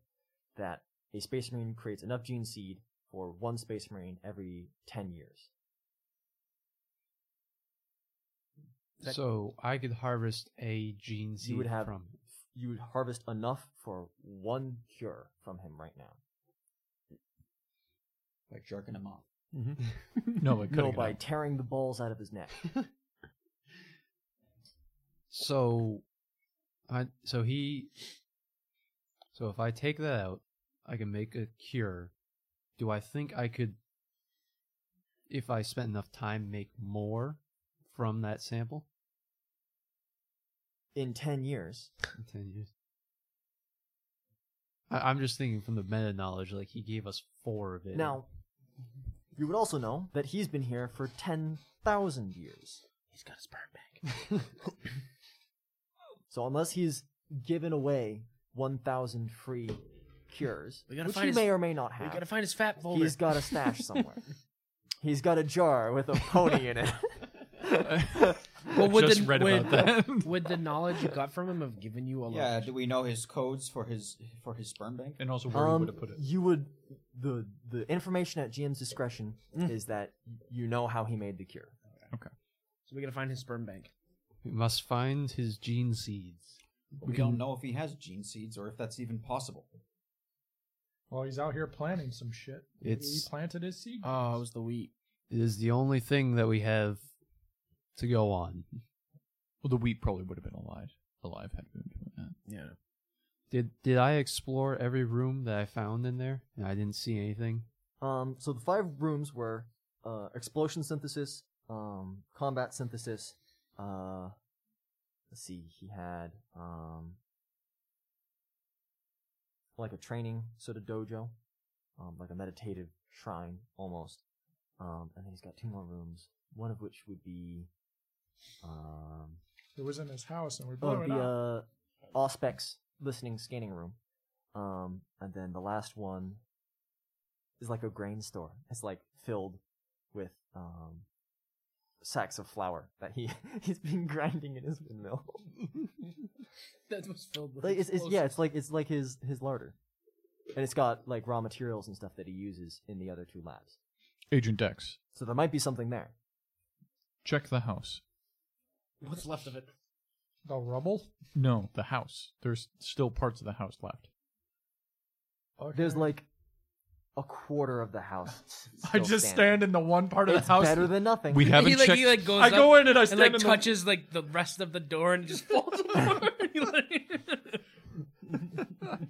Speaker 1: that a space marine creates enough gene seed for one space marine every ten years. That-
Speaker 5: So I could harvest a gene seed
Speaker 1: you would have
Speaker 5: from.
Speaker 1: you would harvest enough for one cure from him right now.
Speaker 4: Like jerking him off.
Speaker 2: No, by cutting
Speaker 1: no,
Speaker 2: it
Speaker 1: by
Speaker 2: out.
Speaker 1: tearing the balls out of his neck.
Speaker 5: So, I so he. So if I take that out, I can make a cure. Do I think I could, if I spent enough time, make more from that sample
Speaker 1: In ten years,
Speaker 5: in ten years? I, I'm just thinking from the meta knowledge, like he gave us four of it.
Speaker 1: Now, you would also know that he's been here for 10,000 years.
Speaker 6: He's got a sperm bank.
Speaker 1: So unless he's given away 1,000 free cures,
Speaker 6: We gotta
Speaker 1: which
Speaker 6: find
Speaker 1: he
Speaker 6: his-
Speaker 1: may or may not
Speaker 6: We
Speaker 1: have,
Speaker 6: gotta find his fat folder.
Speaker 1: he's got a stash somewhere. he's got a jar with a pony in it.
Speaker 6: Well, would
Speaker 2: just
Speaker 6: the-
Speaker 2: read
Speaker 6: would-
Speaker 2: about that.
Speaker 6: Would the knowledge you got from him have given you a lot?
Speaker 4: Yeah. Do we know his codes for his for his sperm bank?
Speaker 2: and also where you would
Speaker 1: um,
Speaker 2: have put it.
Speaker 1: you would the the information at GM's discretion
Speaker 6: Mm.
Speaker 1: is that you know how he made the cure.
Speaker 6: So we gotta find his sperm bank.
Speaker 5: we must find his gene seeds.
Speaker 4: We don't know if he has gene seeds or if that's even possible.
Speaker 3: Well, he's out here planting some shit.
Speaker 5: It's-
Speaker 3: he planted his seed.
Speaker 6: Oh, it was the wheat.
Speaker 5: It is the only thing that we have to go on.
Speaker 2: Well, the wheat probably would have been alive. Alive had we been doing that.
Speaker 6: Yeah.
Speaker 5: Did did I explore every room that I found in there and I didn't see anything?
Speaker 1: Um, so the five rooms were uh, explosion synthesis, um, combat synthesis. Uh, let's see, he had um, like a training sort of dojo, um, like a meditative shrine almost. Um, and then he's got two more rooms, one of which would be um,
Speaker 3: It was in his house, and we blew
Speaker 1: Oh,
Speaker 3: it
Speaker 1: the
Speaker 3: up.
Speaker 1: uh, Auspex listening scanning room. Um, and then the last one is like a grain store. It's like filled with um, sacks of flour that he he's been grinding in his windmill.
Speaker 6: That was filled with.
Speaker 1: like it's, it's yeah, it's like it's like his his larder, and it's got like raw materials and stuff that he uses in the other two labs.
Speaker 2: Agent Dex,
Speaker 1: So there might be something there.
Speaker 2: check the house.
Speaker 6: What's left of it?
Speaker 3: the rubble.
Speaker 2: No, the house. There's still parts of the house left.
Speaker 1: There's
Speaker 3: Okay.
Speaker 1: like a quarter of the house. s-
Speaker 3: I
Speaker 1: still
Speaker 3: just
Speaker 1: standing.
Speaker 3: stand in the one part of
Speaker 1: It's
Speaker 3: the house.
Speaker 1: better than nothing.
Speaker 2: We haven't
Speaker 6: he like
Speaker 2: checked.
Speaker 6: he like goes
Speaker 3: I
Speaker 6: up
Speaker 3: go in and I
Speaker 6: and
Speaker 3: stand
Speaker 6: like
Speaker 3: in the-
Speaker 6: touches like the rest of the door and it just falls apart. He, like-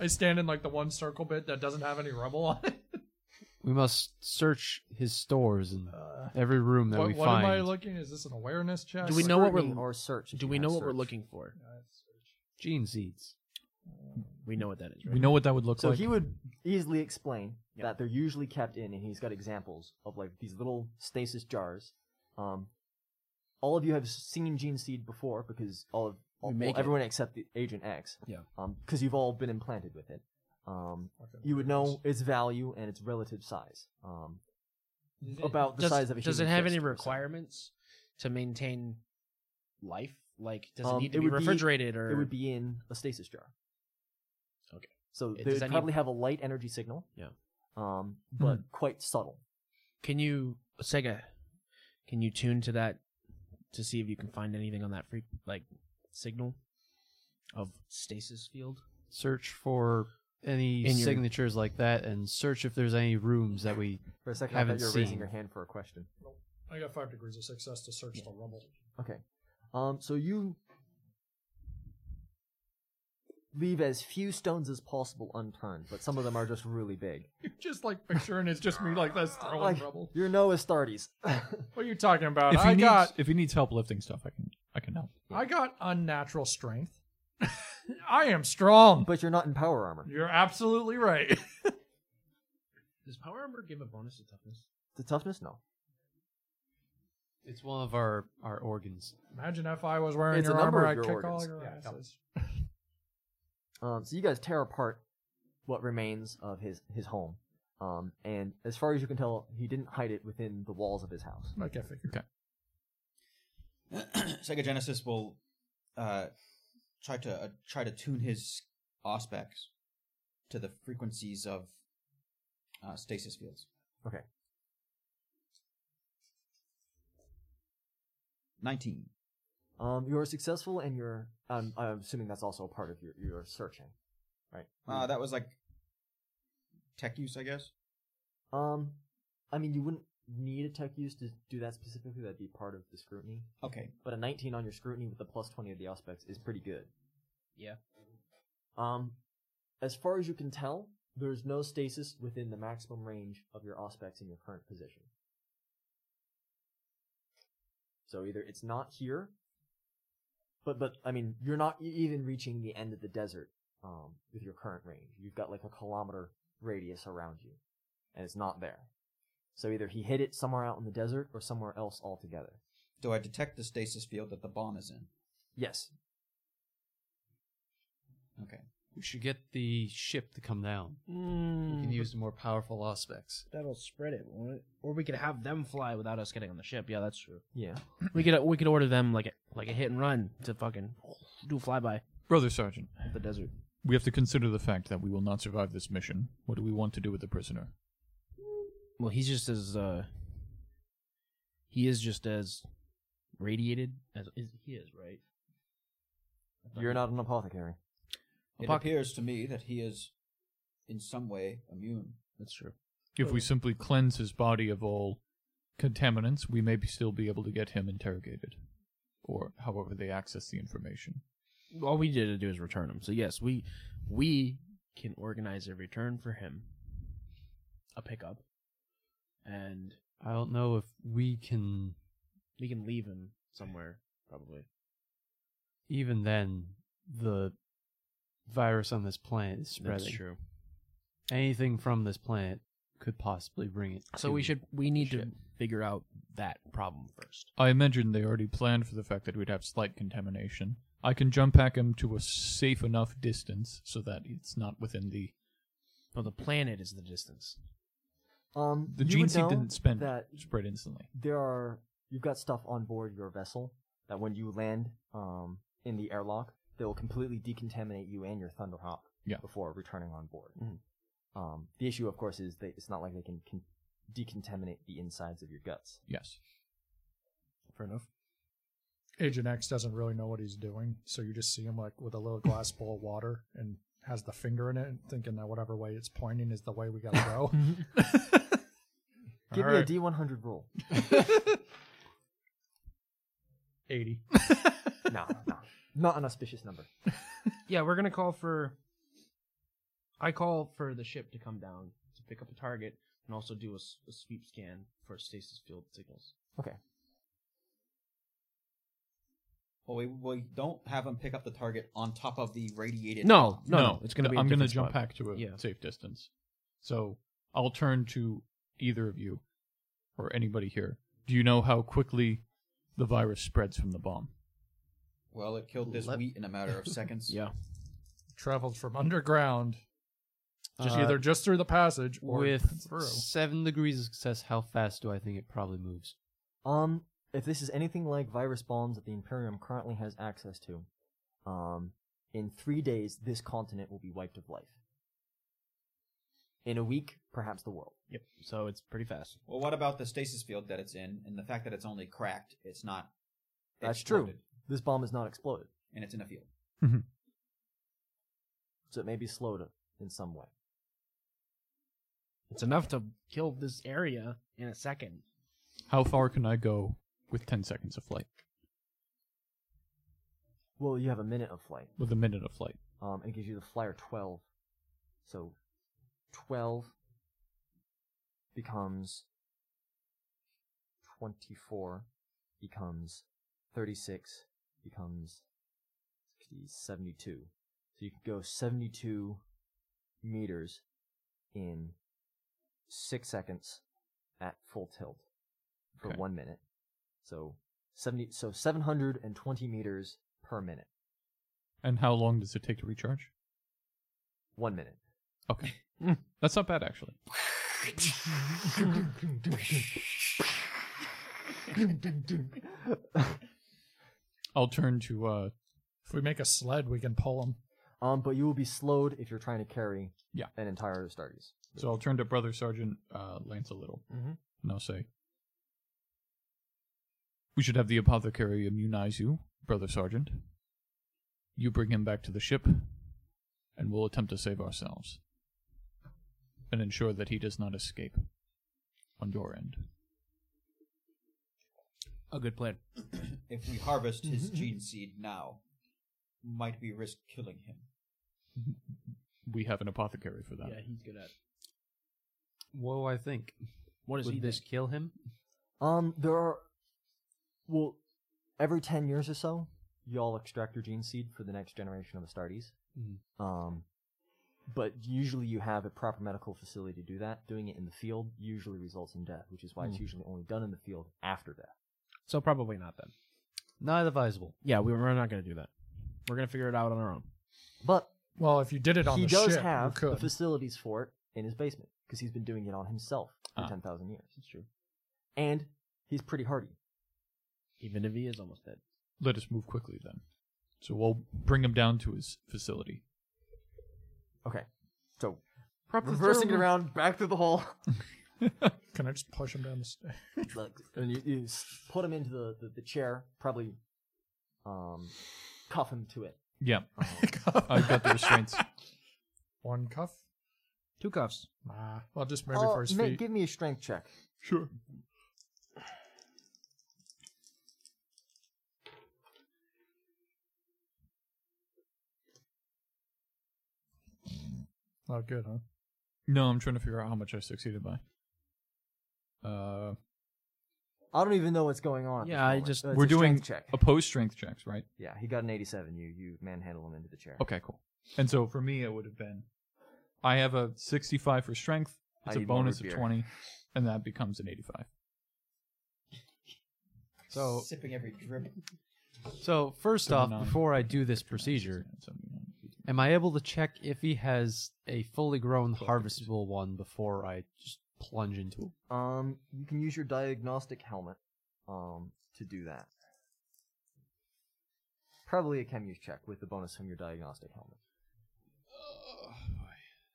Speaker 3: I stand in like the one circle bit that doesn't have any rubble on it.
Speaker 5: We must search his stores and
Speaker 3: Uh,
Speaker 5: every room that we
Speaker 3: what what
Speaker 5: find.
Speaker 3: am I looking? Is this an awareness check?
Speaker 6: Do we know what we're-
Speaker 1: Scrutiny or search? if
Speaker 6: Do
Speaker 1: you
Speaker 6: we
Speaker 1: have
Speaker 6: know what we're
Speaker 1: search.
Speaker 6: looking for?
Speaker 5: Gene seeds.
Speaker 6: We know what that is, right?
Speaker 2: We know what that would look
Speaker 1: So
Speaker 2: like.
Speaker 1: he would easily explain that they're usually kept in, and he's got examples of like these little stasis jars. Um, all of you have seen Gene Seed before because all of all,
Speaker 6: We
Speaker 1: well,
Speaker 6: make it.
Speaker 1: everyone except the Agent X.
Speaker 6: Yeah.
Speaker 1: Because you've all been implanted with it. Um, you would know its value and its relative size. Um, about the
Speaker 6: does,
Speaker 1: size of a
Speaker 6: does it
Speaker 1: human
Speaker 6: have
Speaker 1: fist
Speaker 6: any
Speaker 1: or something.
Speaker 6: requirements to maintain life? Like, does it
Speaker 1: Um,
Speaker 6: need to
Speaker 1: it
Speaker 6: be
Speaker 1: would be-
Speaker 6: refrigerated or
Speaker 1: It would be in a stasis jar.
Speaker 6: Okay.
Speaker 1: So
Speaker 6: It-
Speaker 1: they
Speaker 6: does
Speaker 1: would
Speaker 6: that need-
Speaker 1: probably have a light energy signal.
Speaker 6: Yeah. Hmm.
Speaker 1: Um, but quite subtle.
Speaker 6: Can you Sega? Can you tune to that to see if you can find anything on that free like signal of stasis field?
Speaker 5: Search for any
Speaker 6: In your-
Speaker 5: signatures like that, and search if there's any rooms that we.
Speaker 1: For a second, I thought
Speaker 5: Haven't
Speaker 1: you were raising
Speaker 5: seen.
Speaker 1: your hand for a question.
Speaker 3: I got five degrees of success to search the rubble.
Speaker 1: Okay. Um, so you leave as few stones as possible unturned, but some of them are just really big.
Speaker 3: Just like picturing it's just me like this throwing
Speaker 1: Like,
Speaker 3: rubble.
Speaker 1: you're no Astartes.
Speaker 3: What are you talking about?
Speaker 2: if he
Speaker 3: I
Speaker 2: needs,
Speaker 3: got
Speaker 2: if he needs help lifting stuff, I can I can help.
Speaker 3: I got unnatural strength. I am strong.
Speaker 1: but you're not in power armor.
Speaker 3: You're absolutely right.
Speaker 6: Does power armor give a bonus to toughness?
Speaker 1: The toughness? No.
Speaker 5: It's one of our our organs.
Speaker 3: Imagine if I was wearing
Speaker 1: It's
Speaker 3: your
Speaker 1: a number
Speaker 3: armor,
Speaker 1: of
Speaker 3: I'd
Speaker 1: your
Speaker 3: kick all
Speaker 1: organs.
Speaker 3: your
Speaker 1: Yeah,
Speaker 3: asses.
Speaker 1: Um, so you guys tear apart what remains of his, his home. Um, and as far as you can tell, he didn't hide it within the walls of his house.
Speaker 3: Like I figured.
Speaker 4: Sega Genesis will uh, try to uh, try to tune his aspects to the frequencies of uh, stasis fields.
Speaker 1: Okay.
Speaker 4: Nineteen.
Speaker 1: Um, you are successful, and you're. Um, I'm assuming that's also a part of your your searching, right?
Speaker 6: Hmm.
Speaker 4: Uh, that was like tech use, I guess.
Speaker 1: Um, I mean, you wouldn't need a tech use to do that specifically. That'd be part of the scrutiny.
Speaker 4: Okay.
Speaker 1: But a 19 on your scrutiny with the plus 20 of the aspects is pretty good.
Speaker 6: Yeah.
Speaker 1: Um, as far as you can tell, there's no stasis within the maximum range of your aspects in your current position. So either it's not here, but but I mean, you're not e- even reaching the end of the desert um, with your current range. You've got like a kilometer radius around you, and it's not there. So either he hid it somewhere out in the desert or somewhere else altogether.
Speaker 4: Do I detect the stasis field that the bomb is in?
Speaker 1: Yes,
Speaker 4: Okay.
Speaker 5: We should get the ship to come down.
Speaker 6: Hmm.
Speaker 5: We can use the more powerful aspects.
Speaker 6: That'll spread it, won't it? Or we could have them fly without us getting on the ship. Yeah, that's true.
Speaker 1: Yeah.
Speaker 6: We could we could order them like a, like a hit and run to fucking do a flyby
Speaker 2: Brother Sergeant,
Speaker 6: of the desert.
Speaker 2: we have to consider the fact that we will not survive this mission. What do we want to do with the prisoner?
Speaker 6: Well, he's just as uh he is just as radiated as is, he is, right?
Speaker 1: You're not an apothecary.
Speaker 4: It
Speaker 6: Apoc-
Speaker 4: appears to me that he is, in some way, immune.
Speaker 6: That's true.
Speaker 2: If we simply cleanse his body of all contaminants, we may be still be able to get him interrogated, or however they access the information.
Speaker 6: all we did to do is return him. So yes, we we can organize a return for him, a pickup, and
Speaker 5: I don't know if we can.
Speaker 6: we can leave him somewhere probably.
Speaker 5: Even then, the virus on this planet is spreading.
Speaker 6: That's true.
Speaker 5: Anything from this planet could possibly bring it.
Speaker 6: So
Speaker 5: to-
Speaker 6: we should we need to
Speaker 5: Shit.
Speaker 6: figure out that problem first.
Speaker 2: I imagine they already planned for the fact that we'd have slight contamination. I can jump pack him to a safe enough distance so that it's not within the.
Speaker 6: Well, the planet is the distance.
Speaker 1: Um,
Speaker 2: The
Speaker 1: you
Speaker 2: gene
Speaker 1: would
Speaker 2: seed
Speaker 1: know
Speaker 2: didn't spend,
Speaker 1: that.
Speaker 2: spread instantly.
Speaker 1: There are you've got stuff on board your vessel that when you land um, in the airlock, they will completely decontaminate you and your Thunderhawk
Speaker 2: Yeah.
Speaker 1: before returning on board. Um, the issue, of course, is they, it's not like they can, can decontaminate the insides of your guts.
Speaker 2: Yes.
Speaker 6: Fair enough.
Speaker 3: Agent X doesn't really know what he's doing, so you just see him like with a little glass bowl of water and has the finger in it, and thinking that whatever way it's pointing is the way we gotta go.
Speaker 1: Give me
Speaker 3: Alright.
Speaker 1: a D100 roll.
Speaker 3: 80.
Speaker 1: no, no. Not an auspicious number.
Speaker 6: Yeah, we're gonna call for. I call for the ship to come down to pick up a target and also do a, s- a sweep scan for stasis field signals.
Speaker 4: Well, we, we don't have him pick up the target on top of the radiated.
Speaker 6: No, no, no, it's gonna
Speaker 2: no,
Speaker 6: be. i
Speaker 2: I'm gonna jump back to a
Speaker 6: Yeah.
Speaker 2: safe distance. So I'll turn to either of you or anybody here. Do you know how quickly the virus spreads from the bomb?
Speaker 4: Well, it killed this
Speaker 5: Let-
Speaker 4: wheat in a matter of seconds.
Speaker 6: Yeah.
Speaker 3: Travels from underground, just
Speaker 5: Uh,
Speaker 3: either just through the passage or
Speaker 5: With
Speaker 3: through.
Speaker 5: seven degrees of success, how fast do I think it probably moves?
Speaker 1: Um, if this is anything like virus bombs that the Imperium currently has access to, um, in three days this continent will be wiped of life. In a week, perhaps the world.
Speaker 6: Yep. So it's pretty fast.
Speaker 4: Well, what about the stasis field that it's in, and the fact that it's only cracked? It's not.
Speaker 1: That's
Speaker 4: exploded,
Speaker 1: true. This bomb is not exploded,
Speaker 4: And it's in a field.
Speaker 1: so it may be slowed in some way.
Speaker 6: It's enough to kill this area in a second.
Speaker 2: How far can I go with 10 seconds of flight?
Speaker 1: Well, you have a minute of flight.
Speaker 2: With a minute of flight?
Speaker 1: Um, and it gives you the flyer 12. So 12 becomes 24, becomes 36, becomes 60, 72. So you could go 72 meters in 6 seconds at full tilt for
Speaker 2: Okay.
Speaker 1: 1 minute. So 70 so 720 meters per minute.
Speaker 2: And how long does it take to recharge?
Speaker 1: 1 minute.
Speaker 2: Okay. Mm, That's not bad, actually. I'll turn to, uh,
Speaker 3: if we make a sled, we can pull them.
Speaker 1: um, but you will be slowed if you're trying to carry
Speaker 2: Yeah.
Speaker 1: an entire Astartes.
Speaker 2: so I'll turn to Brother Sergeant uh, Lance a little,
Speaker 1: Mhm.
Speaker 2: and I'll say, "We should have the apothecary immunize you, Brother Sergeant. You bring him back to the ship, and we'll attempt to save ourselves, and ensure that he does not escape on your end."
Speaker 6: A good plan.
Speaker 4: If we harvest his gene seed now, might we risk killing him?
Speaker 2: We have an apothecary for that.
Speaker 6: Yeah, he's good at. It.
Speaker 5: What do I think?
Speaker 6: What is he?
Speaker 5: Would this
Speaker 6: think?
Speaker 5: kill him?
Speaker 1: Um, there are, well, every ten years or so, y'all extract your gene seed for the next generation of Astartes.
Speaker 2: Mm.
Speaker 5: Mhm.
Speaker 1: Um, but usually you have a proper medical facility to do that. Doing it in the field usually results in death, which is
Speaker 2: Mm.
Speaker 1: why it's usually only done in the field after death.
Speaker 6: So probably not then.
Speaker 5: Not advisable.
Speaker 6: Yeah, we, we're not gonna do that. We're gonna figure it out on our own.
Speaker 1: But
Speaker 3: Well, if you did it on
Speaker 1: he
Speaker 3: the
Speaker 1: does
Speaker 3: ship,
Speaker 1: have
Speaker 3: you
Speaker 1: the
Speaker 3: could.
Speaker 1: facilities for it in his basement because he's been doing it on himself for
Speaker 2: Ah.
Speaker 1: 10,000 years. That's true. And he's pretty hardy.
Speaker 6: Even if he is almost dead.
Speaker 2: Let us move quickly then. So we'll bring him down to his facility.
Speaker 1: Okay. So, reversing it around back through the hole.
Speaker 3: Can I just push him down the stairs?
Speaker 1: like, and you, you s- put him into the, the, the chair, probably um, cuff him to it.
Speaker 2: Yeah, I've got the restraints.
Speaker 3: Oh, One cuff?
Speaker 6: Two cuffs.
Speaker 3: Nah. Well, just maybe
Speaker 1: Oh,
Speaker 3: for his
Speaker 1: mate,
Speaker 3: feet.
Speaker 1: give me a strength check.
Speaker 2: Sure.
Speaker 3: Oh, good, huh?
Speaker 2: No, I'm trying to figure out how much I succeeded by. Uh,
Speaker 1: I don't even know what's going on. at this
Speaker 6: Yeah, I
Speaker 1: moment.
Speaker 6: just-
Speaker 1: Uh, it's
Speaker 2: we're
Speaker 1: a
Speaker 2: doing
Speaker 1: strength check.
Speaker 2: opposed strength checks, right?
Speaker 1: yeah, he got an 87. You you manhandle him into the chair.
Speaker 2: Okay, cool. And so for me, it would have been, I have a 65 for strength.
Speaker 1: I
Speaker 2: It's a
Speaker 1: need more
Speaker 2: bonus
Speaker 1: root
Speaker 2: of
Speaker 1: beer.
Speaker 2: 20, and that becomes an 85.
Speaker 5: So,
Speaker 4: Sipping every drip.
Speaker 5: so first off,
Speaker 2: 79.
Speaker 5: before I do this procedure, am I able to check if he has a fully grown harvestable one before I just plunge into him?
Speaker 1: Um, you can use your diagnostic helmet, um, to do that. Probably a chem use check with the bonus from your diagnostic helmet.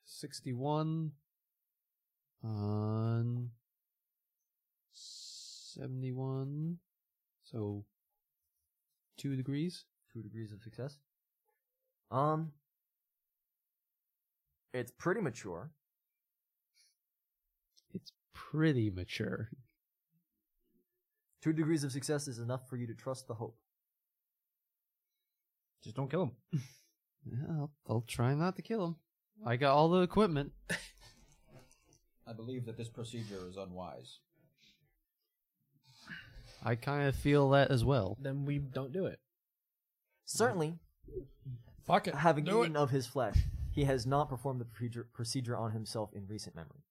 Speaker 5: 61 on 71 so 2 degrees
Speaker 1: Two degrees of success. Um, It's pretty mature.
Speaker 5: It's pretty mature.
Speaker 1: Two degrees of success is enough for you to trust the hope.
Speaker 6: Just don't kill him.
Speaker 5: Yeah, I'll, I'll try not to kill him. I got all the equipment.
Speaker 4: I believe that this procedure is unwise.
Speaker 5: I kind of feel that as well.
Speaker 6: Then we don't do it.
Speaker 1: Certainly,
Speaker 3: Fuck it.
Speaker 1: having
Speaker 3: Do
Speaker 1: eaten
Speaker 3: it.
Speaker 1: of his flesh, he has not performed the procedure, procedure on himself in recent memory.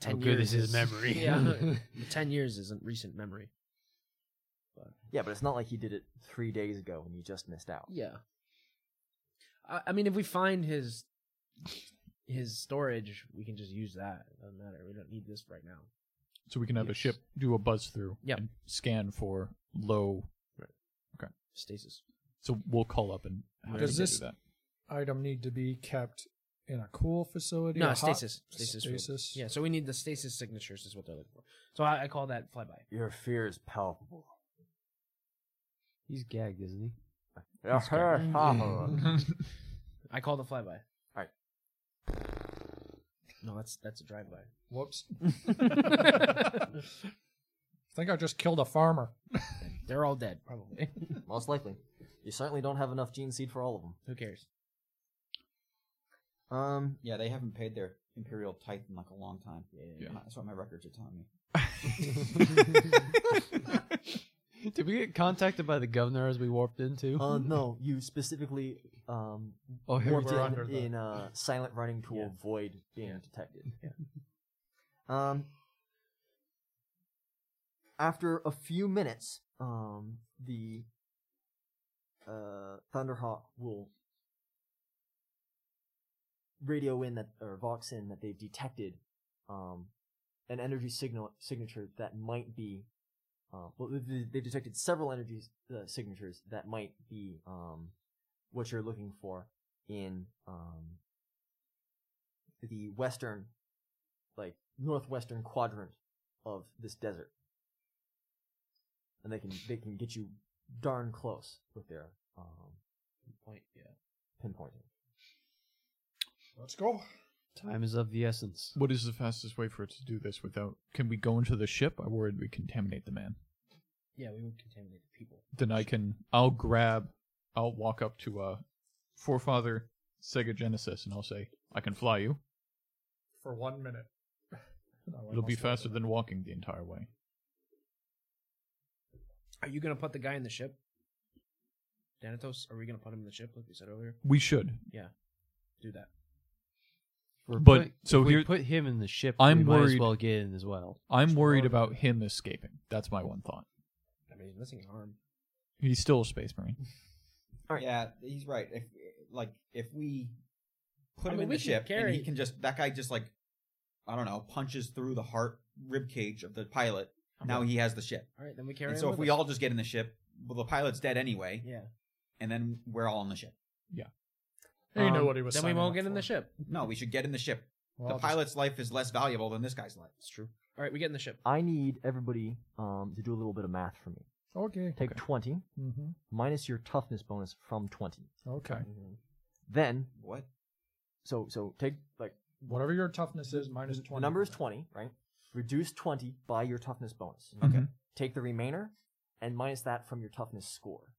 Speaker 6: Ten
Speaker 5: good is
Speaker 6: is-
Speaker 5: his memory.
Speaker 6: Yeah, ten years isn't recent memory.
Speaker 1: Yeah, but it's not like he did it three days ago and you just missed out.
Speaker 6: Yeah. I, I mean, if we find his his storage, we can just use that. It doesn't matter. We don't need this right now.
Speaker 2: So we can have a
Speaker 6: Yes.
Speaker 2: ship do a buzz through
Speaker 6: Yep.
Speaker 2: and scan for low.
Speaker 6: Stasis.
Speaker 2: So we'll call up and have
Speaker 3: Does
Speaker 2: them
Speaker 3: this-
Speaker 2: do that.
Speaker 3: Item need to be kept in a cool facility.
Speaker 6: no,
Speaker 3: a hot-
Speaker 6: stasis. Stasis. field.
Speaker 3: Stasis.
Speaker 6: Yeah, so we need the stasis signatures is what they're looking for. So I, I call that flyby.
Speaker 1: Your fear is palpable.
Speaker 5: He's gagged, isn't he?
Speaker 1: Alright.
Speaker 6: I call the flyby.
Speaker 1: Alright.
Speaker 6: No, that's that's a drive by.
Speaker 3: Whoops. I think I just killed a farmer.
Speaker 6: They're all dead, probably.
Speaker 1: Most likely. You certainly don't have enough gene seed for all of them.
Speaker 6: Who cares?
Speaker 1: Um,
Speaker 4: Yeah, they haven't paid their Imperial Tithe in like a long time.
Speaker 2: Yeah.
Speaker 4: That's what my records are telling me.
Speaker 5: Did we get contacted by the governor as we warped into?
Speaker 1: uh, no, you specifically um,
Speaker 5: oh, here we
Speaker 1: warped
Speaker 5: go.
Speaker 3: under
Speaker 1: in,
Speaker 3: the-
Speaker 1: in uh, silent running to
Speaker 6: Yeah.
Speaker 1: avoid being
Speaker 6: Yeah.
Speaker 1: detected. Um, after a few minutes, um, the uh, Thunderhawk will radio in that or vox in that they've detected um, an energy signal signature that might be. Uh, well, they- they- they've detected several energy uh, signatures that might be um, what you're looking for in um, the western, like northwestern quadrant of this desert, and they can they can get you darn close with their um,
Speaker 6: Point, yeah.
Speaker 1: pinpointing.
Speaker 3: Let's go.
Speaker 5: Time is of the essence.
Speaker 2: What is the fastest way for it to do this without? Can we go into the ship? I'm worried we contaminate the man.
Speaker 6: Yeah, we would contaminate the people.
Speaker 2: Then I can. I'll grab. I'll walk up to uh, forefather Sega Genesis and I'll say, "I can fly you.
Speaker 3: For one minute. No,
Speaker 2: It'll
Speaker 3: I
Speaker 2: be
Speaker 3: almost did
Speaker 2: faster
Speaker 3: that.
Speaker 2: than walking the entire way."
Speaker 6: Are you gonna put the guy in the ship? Thanatos, are we gonna put him in the ship like we said earlier?
Speaker 2: We should.
Speaker 6: Do that.
Speaker 5: We're
Speaker 2: But-
Speaker 5: put-
Speaker 2: so
Speaker 5: if we
Speaker 2: here-
Speaker 5: put him in the ship.
Speaker 2: I'm
Speaker 5: we might
Speaker 2: worried-
Speaker 5: as well get in as well.
Speaker 2: I'm worried about him escaping. That's my one thought.
Speaker 6: I mean, he's missing an arm.
Speaker 2: He's still a space marine.
Speaker 1: Right.
Speaker 4: Yeah, he's right. If like if we put
Speaker 6: I
Speaker 4: him
Speaker 6: mean,
Speaker 4: in
Speaker 6: we
Speaker 4: the
Speaker 6: can
Speaker 4: ship and
Speaker 6: carry-
Speaker 4: he can just that guy just like I don't know punches through the heart rib cage of the pilot. Now he has the ship.
Speaker 6: All right, then we Uh-huh. carry
Speaker 4: And
Speaker 6: him
Speaker 4: so if
Speaker 6: with
Speaker 4: we
Speaker 6: us.
Speaker 4: all just get in the ship, well the pilot's dead anyway,
Speaker 6: yeah,
Speaker 4: and then we're all in the ship.
Speaker 3: Hey, you know
Speaker 1: Um,
Speaker 3: what he was
Speaker 6: then we
Speaker 3: signing
Speaker 6: won't
Speaker 3: up
Speaker 6: get in the
Speaker 3: for.
Speaker 6: ship.
Speaker 4: No, we should get in the ship.
Speaker 3: Well, I'll
Speaker 4: the pilot's life is less valuable than this guy's life.
Speaker 6: It's true. All right, we get in the ship.
Speaker 4: Oh,
Speaker 1: I need everybody um, to do a little bit of math for me.
Speaker 3: just- Okay.
Speaker 1: Take twenty
Speaker 3: Mm-hmm.
Speaker 1: minus your toughness bonus from twenty.
Speaker 3: Okay.
Speaker 1: Then
Speaker 4: What?
Speaker 1: so so take like
Speaker 3: Whatever your toughness is, minus
Speaker 1: the
Speaker 3: twenty.
Speaker 1: number is twenty, right? Reduce twenty by your toughness bonus.
Speaker 4: Mm-hmm. Okay.
Speaker 1: Take the remainder and minus that from your toughness score.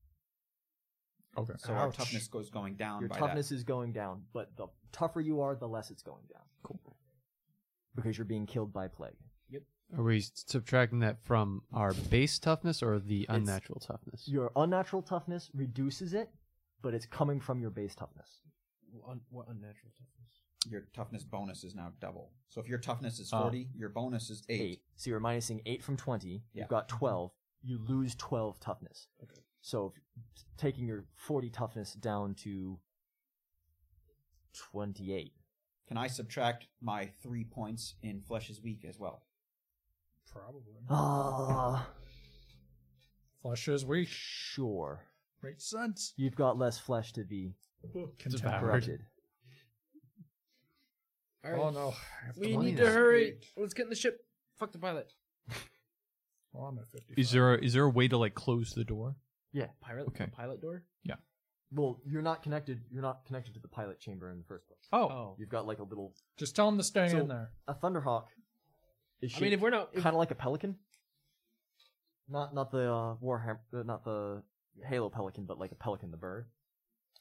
Speaker 2: Okay.
Speaker 4: So our
Speaker 3: Ouch.
Speaker 4: toughness goes going down
Speaker 1: Your
Speaker 4: Um, by
Speaker 1: toughness is going down, but the tougher you are, the less it's going down. Cool. Because you're being killed by plague.
Speaker 5: Are we subtracting that from our base toughness or the unnatural toughness?
Speaker 1: Your unnatural toughness reduces it, but it's coming from your base toughness.
Speaker 6: Un- what unnatural toughness?
Speaker 4: that. Your toughness bonus is now double. So if your toughness is
Speaker 6: Uh,
Speaker 1: Oh.
Speaker 4: 40, your bonus is 8.
Speaker 1: eight. So you're minusing eight from twenty.
Speaker 4: Yeah.
Speaker 1: You've got twelve. You lose twelve toughness. So if- taking your forty toughness down to twenty-eight.
Speaker 4: Can I subtract my 3 points in flesh is weak as well?
Speaker 3: Probably.
Speaker 1: Ah,
Speaker 3: Flesh is weak.
Speaker 1: sure.
Speaker 3: Makes sense.
Speaker 1: You've got less flesh to be corrupted.
Speaker 6: All right,
Speaker 3: Oh no. I have
Speaker 6: we
Speaker 3: 20 in
Speaker 6: need to
Speaker 3: the
Speaker 6: hurry.
Speaker 3: speed.
Speaker 6: Let's get in the ship. Fuck the pilot.
Speaker 3: Well, I'm at 55.
Speaker 2: Is there a, is there a way to like close the door?
Speaker 1: Yeah.
Speaker 6: Pirate.
Speaker 2: Okay.
Speaker 6: Pilot door.
Speaker 2: Yeah.
Speaker 1: Well, you're not connected. You're not connected to the pilot chamber in the first place.
Speaker 3: Oh,
Speaker 6: Oh.
Speaker 1: You've got like a little
Speaker 3: just tell him to stay
Speaker 1: So-
Speaker 3: in there.
Speaker 1: a thunderhawk. Is
Speaker 6: I mean, if we're not, if-
Speaker 1: kind of like a pelican. Not not the uh, warhammer, uh, not the halo pelican, but like a pelican, the bird.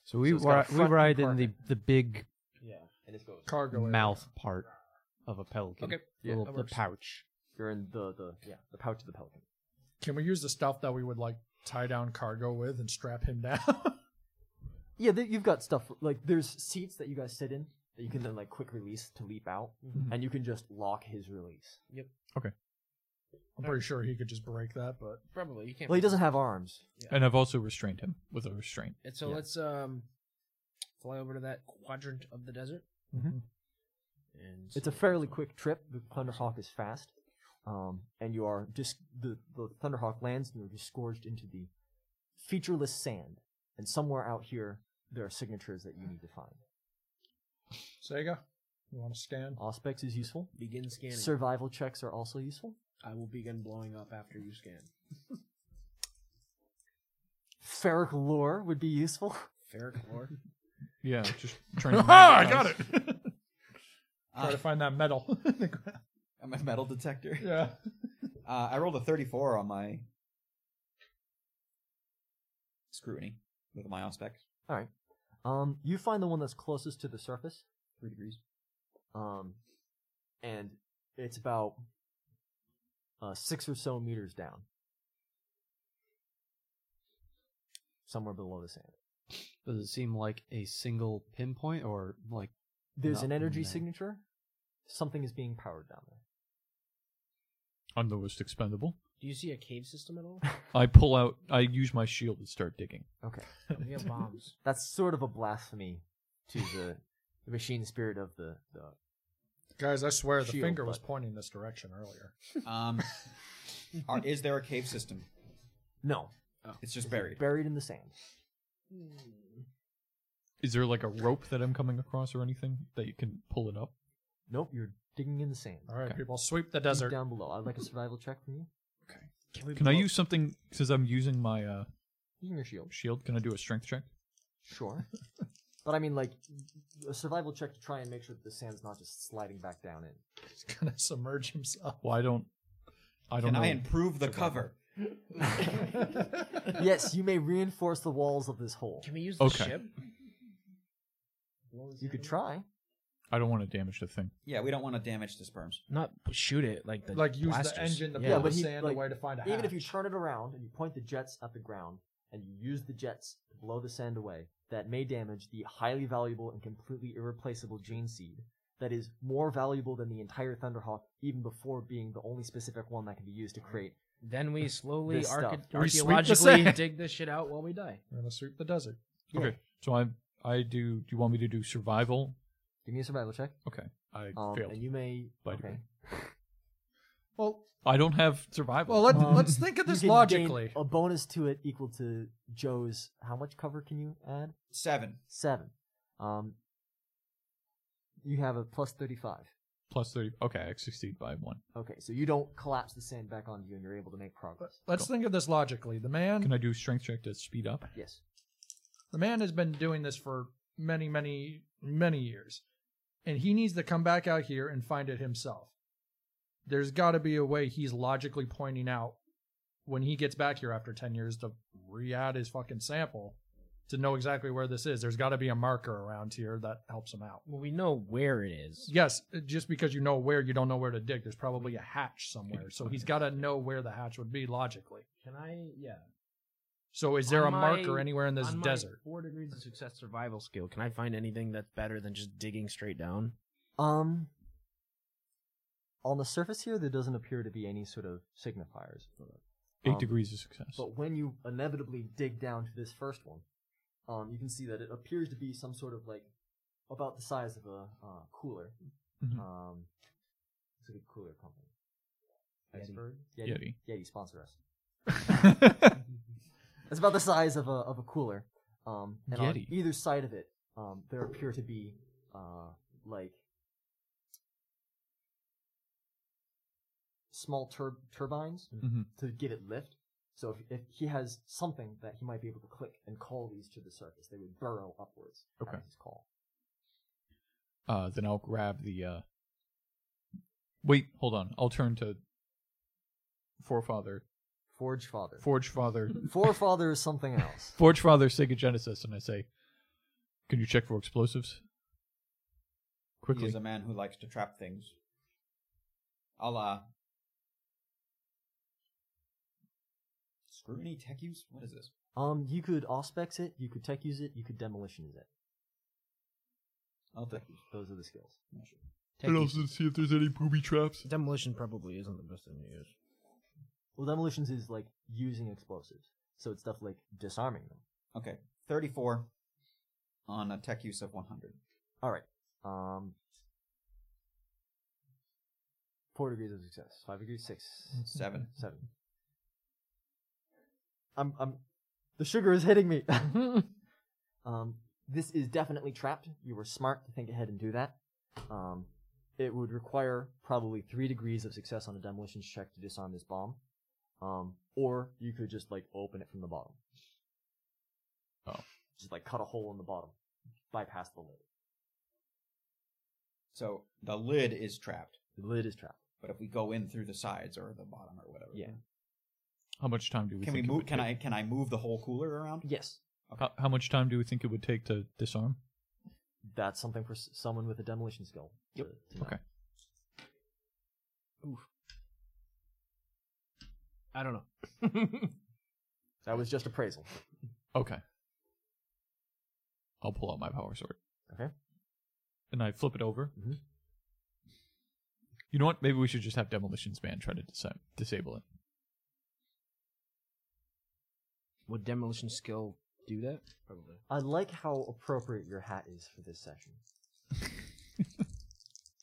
Speaker 5: So we
Speaker 1: So it's got a
Speaker 5: ri- we
Speaker 1: front
Speaker 5: ride in
Speaker 1: compartment.
Speaker 5: the the big
Speaker 1: Yeah, and it goes.
Speaker 3: Cargo area.
Speaker 5: mouth part of a pelican.
Speaker 6: Okay.
Speaker 1: Yeah,
Speaker 5: Little-
Speaker 1: that
Speaker 5: the pouch.
Speaker 1: You're in the the yeah the pouch of the pelican.
Speaker 3: Can we use the stuff that we would like tie down cargo with and strap him down?
Speaker 1: Yeah, th- you've got stuff like there's seats that you guys sit in that you can then like quick release to leap out, and you can just lock his release.
Speaker 3: I'm pretty sure he could just break that, but
Speaker 6: probably you can't.
Speaker 1: Well, he doesn't have arms.
Speaker 2: And I've also restrained him with a restraint.
Speaker 6: And so
Speaker 1: Yeah.
Speaker 6: let's um fly over to that quadrant of the desert.
Speaker 2: Mm-hmm.
Speaker 6: And
Speaker 1: It's a fairly quick trip. The Thunderhawk is fast, um, and you are just the the Thunderhawk lands and you're just scourged into the featureless sand. And somewhere out here, there are signatures that you need to find.
Speaker 3: Sega, you want to scan?
Speaker 1: Auspex is useful.
Speaker 6: begin scanning.
Speaker 1: Survival checks are also useful.
Speaker 6: I will begin blowing up after you scan.
Speaker 1: Ferric lore would be useful.
Speaker 6: Ferric lore.
Speaker 2: Yeah, just trying to.
Speaker 3: Ah, I
Speaker 2: magnetize-
Speaker 3: got it. Try
Speaker 4: Uh,
Speaker 3: to find that metal.
Speaker 2: Ah.
Speaker 4: I'm a metal detector.
Speaker 3: yeah.
Speaker 4: Uh, I rolled a 34 on my scrutiny with my ospec.
Speaker 1: All right. Um, you find the one that's closest to the surface.
Speaker 4: Three degrees.
Speaker 1: Um, and it's about uh, six or so meters down, somewhere below the sand.
Speaker 5: Does it seem like a single pinpoint or like
Speaker 1: There's an
Speaker 5: Nothing
Speaker 1: energy
Speaker 5: there.
Speaker 1: signature. Something is being powered down there.
Speaker 2: I'm the most expendable.
Speaker 6: Do you see a cave system at all?
Speaker 2: I pull out. I use my shield and start digging.
Speaker 1: Okay,
Speaker 6: We have bombs.
Speaker 1: that's sort of a blasphemy to the, the machine spirit of the, the.
Speaker 3: Guys, I swear the
Speaker 1: Shield
Speaker 3: finger was
Speaker 1: button.
Speaker 3: pointing this direction earlier.
Speaker 4: Um, are, is there a cave system?
Speaker 1: No,
Speaker 4: It's just buried.
Speaker 1: buried in the sand.
Speaker 2: Is there like a rope that I'm coming across or anything that you can pull it up?
Speaker 1: Nope, you're digging in the sand.
Speaker 3: All right,
Speaker 2: Okay.
Speaker 3: people, sweep the
Speaker 1: Deep
Speaker 3: desert.
Speaker 1: down below. I'd like a survival check from you.
Speaker 2: Can I use something since I'm using my uh,
Speaker 1: Using your shield.
Speaker 2: shield? Can I do a strength check?
Speaker 1: Sure. but I mean, like, a survival check to try and make sure that the sand's not just sliding back down in.
Speaker 3: He's gonna submerge himself.
Speaker 2: Well, I don't. I don't
Speaker 4: Can
Speaker 2: know.
Speaker 4: I improve the cover?
Speaker 1: yes, you may reinforce the walls of this hole.
Speaker 6: Can we use the
Speaker 2: Okay.
Speaker 6: ship?
Speaker 1: You could try.
Speaker 2: I don't want to damage the thing.
Speaker 4: Yeah, we don't want to damage the sperms.
Speaker 6: Not shoot it like the
Speaker 3: Like use
Speaker 6: blasters.
Speaker 3: the engine to
Speaker 1: Yeah,
Speaker 3: pull
Speaker 1: but
Speaker 3: the
Speaker 1: he-
Speaker 3: sand
Speaker 1: like,
Speaker 3: away to find a hatch.
Speaker 1: Even if you turn it around and you point the jets at the ground and you use the jets to blow the sand away, that may damage the highly valuable and completely irreplaceable gene seed that is more valuable than the entire Thunderhawk even before being the only specific one that can be used to create.
Speaker 6: Then we slowly
Speaker 1: This
Speaker 6: arche-
Speaker 1: stuff.
Speaker 3: We sweep the
Speaker 6: archaeologically
Speaker 3: sand.
Speaker 6: dig this shit out while we die.
Speaker 3: We're gonna sweep the desert.
Speaker 2: Okay, so I I do. Do you want me to do survival?
Speaker 1: Give me a survival check.
Speaker 2: Okay, I
Speaker 1: Um,
Speaker 2: failed.
Speaker 1: and you may.
Speaker 2: by a
Speaker 1: okay.
Speaker 2: degree.
Speaker 3: Well,
Speaker 2: I don't have survival.
Speaker 3: well, let,
Speaker 1: Um,
Speaker 3: let's think of
Speaker 1: You
Speaker 3: this
Speaker 1: can gain
Speaker 3: logically.
Speaker 1: A bonus to it equal to Joe's. How much cover can you add?
Speaker 4: Seven.
Speaker 1: Seven. Um, you have a plus 35.
Speaker 2: Plus thirty. Okay, I succeed by one.
Speaker 1: Okay, so you don't collapse the sand back onto you and you're able to make progress.
Speaker 3: Let's think of this logically. The
Speaker 1: Um,
Speaker 3: man,
Speaker 2: Can I do strength check to speed up?
Speaker 1: Yes.
Speaker 3: the man has been doing this for many, many, many years, and he needs to come back out here and find it himself. There's got to be a way he's logically pointing out when he gets back here after ten years to re-add his fucking sample to know exactly where this is. There's got to be a marker around here that helps him out.
Speaker 6: Well, we know where it is.
Speaker 3: Yes, just because you know where, you don't know where to dig. There's probably a hatch somewhere, so he's got to know where the hatch would be logically.
Speaker 6: Can I? Yeah.
Speaker 3: So, is there
Speaker 6: On
Speaker 3: a
Speaker 6: my-
Speaker 3: marker anywhere in this
Speaker 6: On my
Speaker 3: desert?
Speaker 6: four degrees of success survival skill. Can I find anything that's better than just digging straight down?
Speaker 1: Um, on the surface here, there doesn't appear to be any sort of signifiers. for it.
Speaker 2: Eight
Speaker 1: Um,
Speaker 2: degrees of success.
Speaker 1: But when you inevitably dig down to this first one, um, you can see that it appears to be some sort of like about the size of a uh, cooler.
Speaker 2: Mhm.
Speaker 1: Um, it's a good cooler company.
Speaker 6: Yeti.
Speaker 1: Iceberg?
Speaker 2: Yeti.
Speaker 1: Yeti, sponsor us. It's about the size of a of a cooler. Um, and on
Speaker 2: Yeti.
Speaker 1: either side of it, um, there appear to be uh, like small tur- turbines
Speaker 2: Mhm. Mm-hmm.
Speaker 1: to give it lift. So if, if he has something that he might be able to click and call these to the surface, they would burrow upwards. at
Speaker 2: Okay.
Speaker 1: His call.
Speaker 2: Uh, then I'll grab the. Uh... Wait, hold on. I'll turn to forefather,
Speaker 1: Forge father.
Speaker 2: forge father,
Speaker 1: Mm-hmm. Forefather is something else.
Speaker 2: forge father, Sega Genesis, and I say, "Can you check for explosives?"
Speaker 4: He
Speaker 2: Quickly.
Speaker 4: is a man who likes to trap things. uh, A la scrutiny tech use. What is this?
Speaker 1: Um, you could auspex it, you could tech use it, you could demolition it.
Speaker 4: I'll tech use.
Speaker 1: Those are the skills.
Speaker 6: Take these-
Speaker 2: see if there's any booby traps.
Speaker 6: Demolition probably isn't the best thing to use.
Speaker 1: Well, demolitions is like using explosives, so it's stuff like disarming them.
Speaker 4: Okay, thirty-four on a tech use of one hundred.
Speaker 1: All right. Um, four degrees of success. Five degrees. Six.
Speaker 4: Seven.
Speaker 1: Seven. I'm. I'm. The sugar is hitting me. um, this is definitely trapped. You were smart to think ahead and do that. Um, it would require probably three degrees of success on a demolition check to disarm this bomb. Um, or you could just like open it from the bottom.
Speaker 2: Oh.
Speaker 1: Just like cut a hole in the bottom, bypass the lid.
Speaker 4: So the lid is trapped,
Speaker 1: The lid is trapped.
Speaker 4: but if we go in through the sides or the bottom or whatever,
Speaker 1: Yeah.
Speaker 2: How much time do we?
Speaker 4: Can we
Speaker 2: think it
Speaker 4: move?
Speaker 2: would
Speaker 4: Can
Speaker 2: take?
Speaker 4: I? Can I move the whole cooler around?
Speaker 1: Yes,
Speaker 2: How, how much time do we think it would take to disarm?
Speaker 1: that's something for s- someone with a demolition skill. Yep. To, to know.
Speaker 2: Okay.
Speaker 6: I don't know.
Speaker 1: That was just appraisal.
Speaker 2: Okay. I'll pull out my power sword.
Speaker 1: Okay.
Speaker 2: And I flip it over.
Speaker 1: Mhm.
Speaker 2: You know what? Maybe we should just have Demolition's Man try to disa- disable it.
Speaker 6: Would demolition skill do that? Probably.
Speaker 1: I like how appropriate your hat is for this session.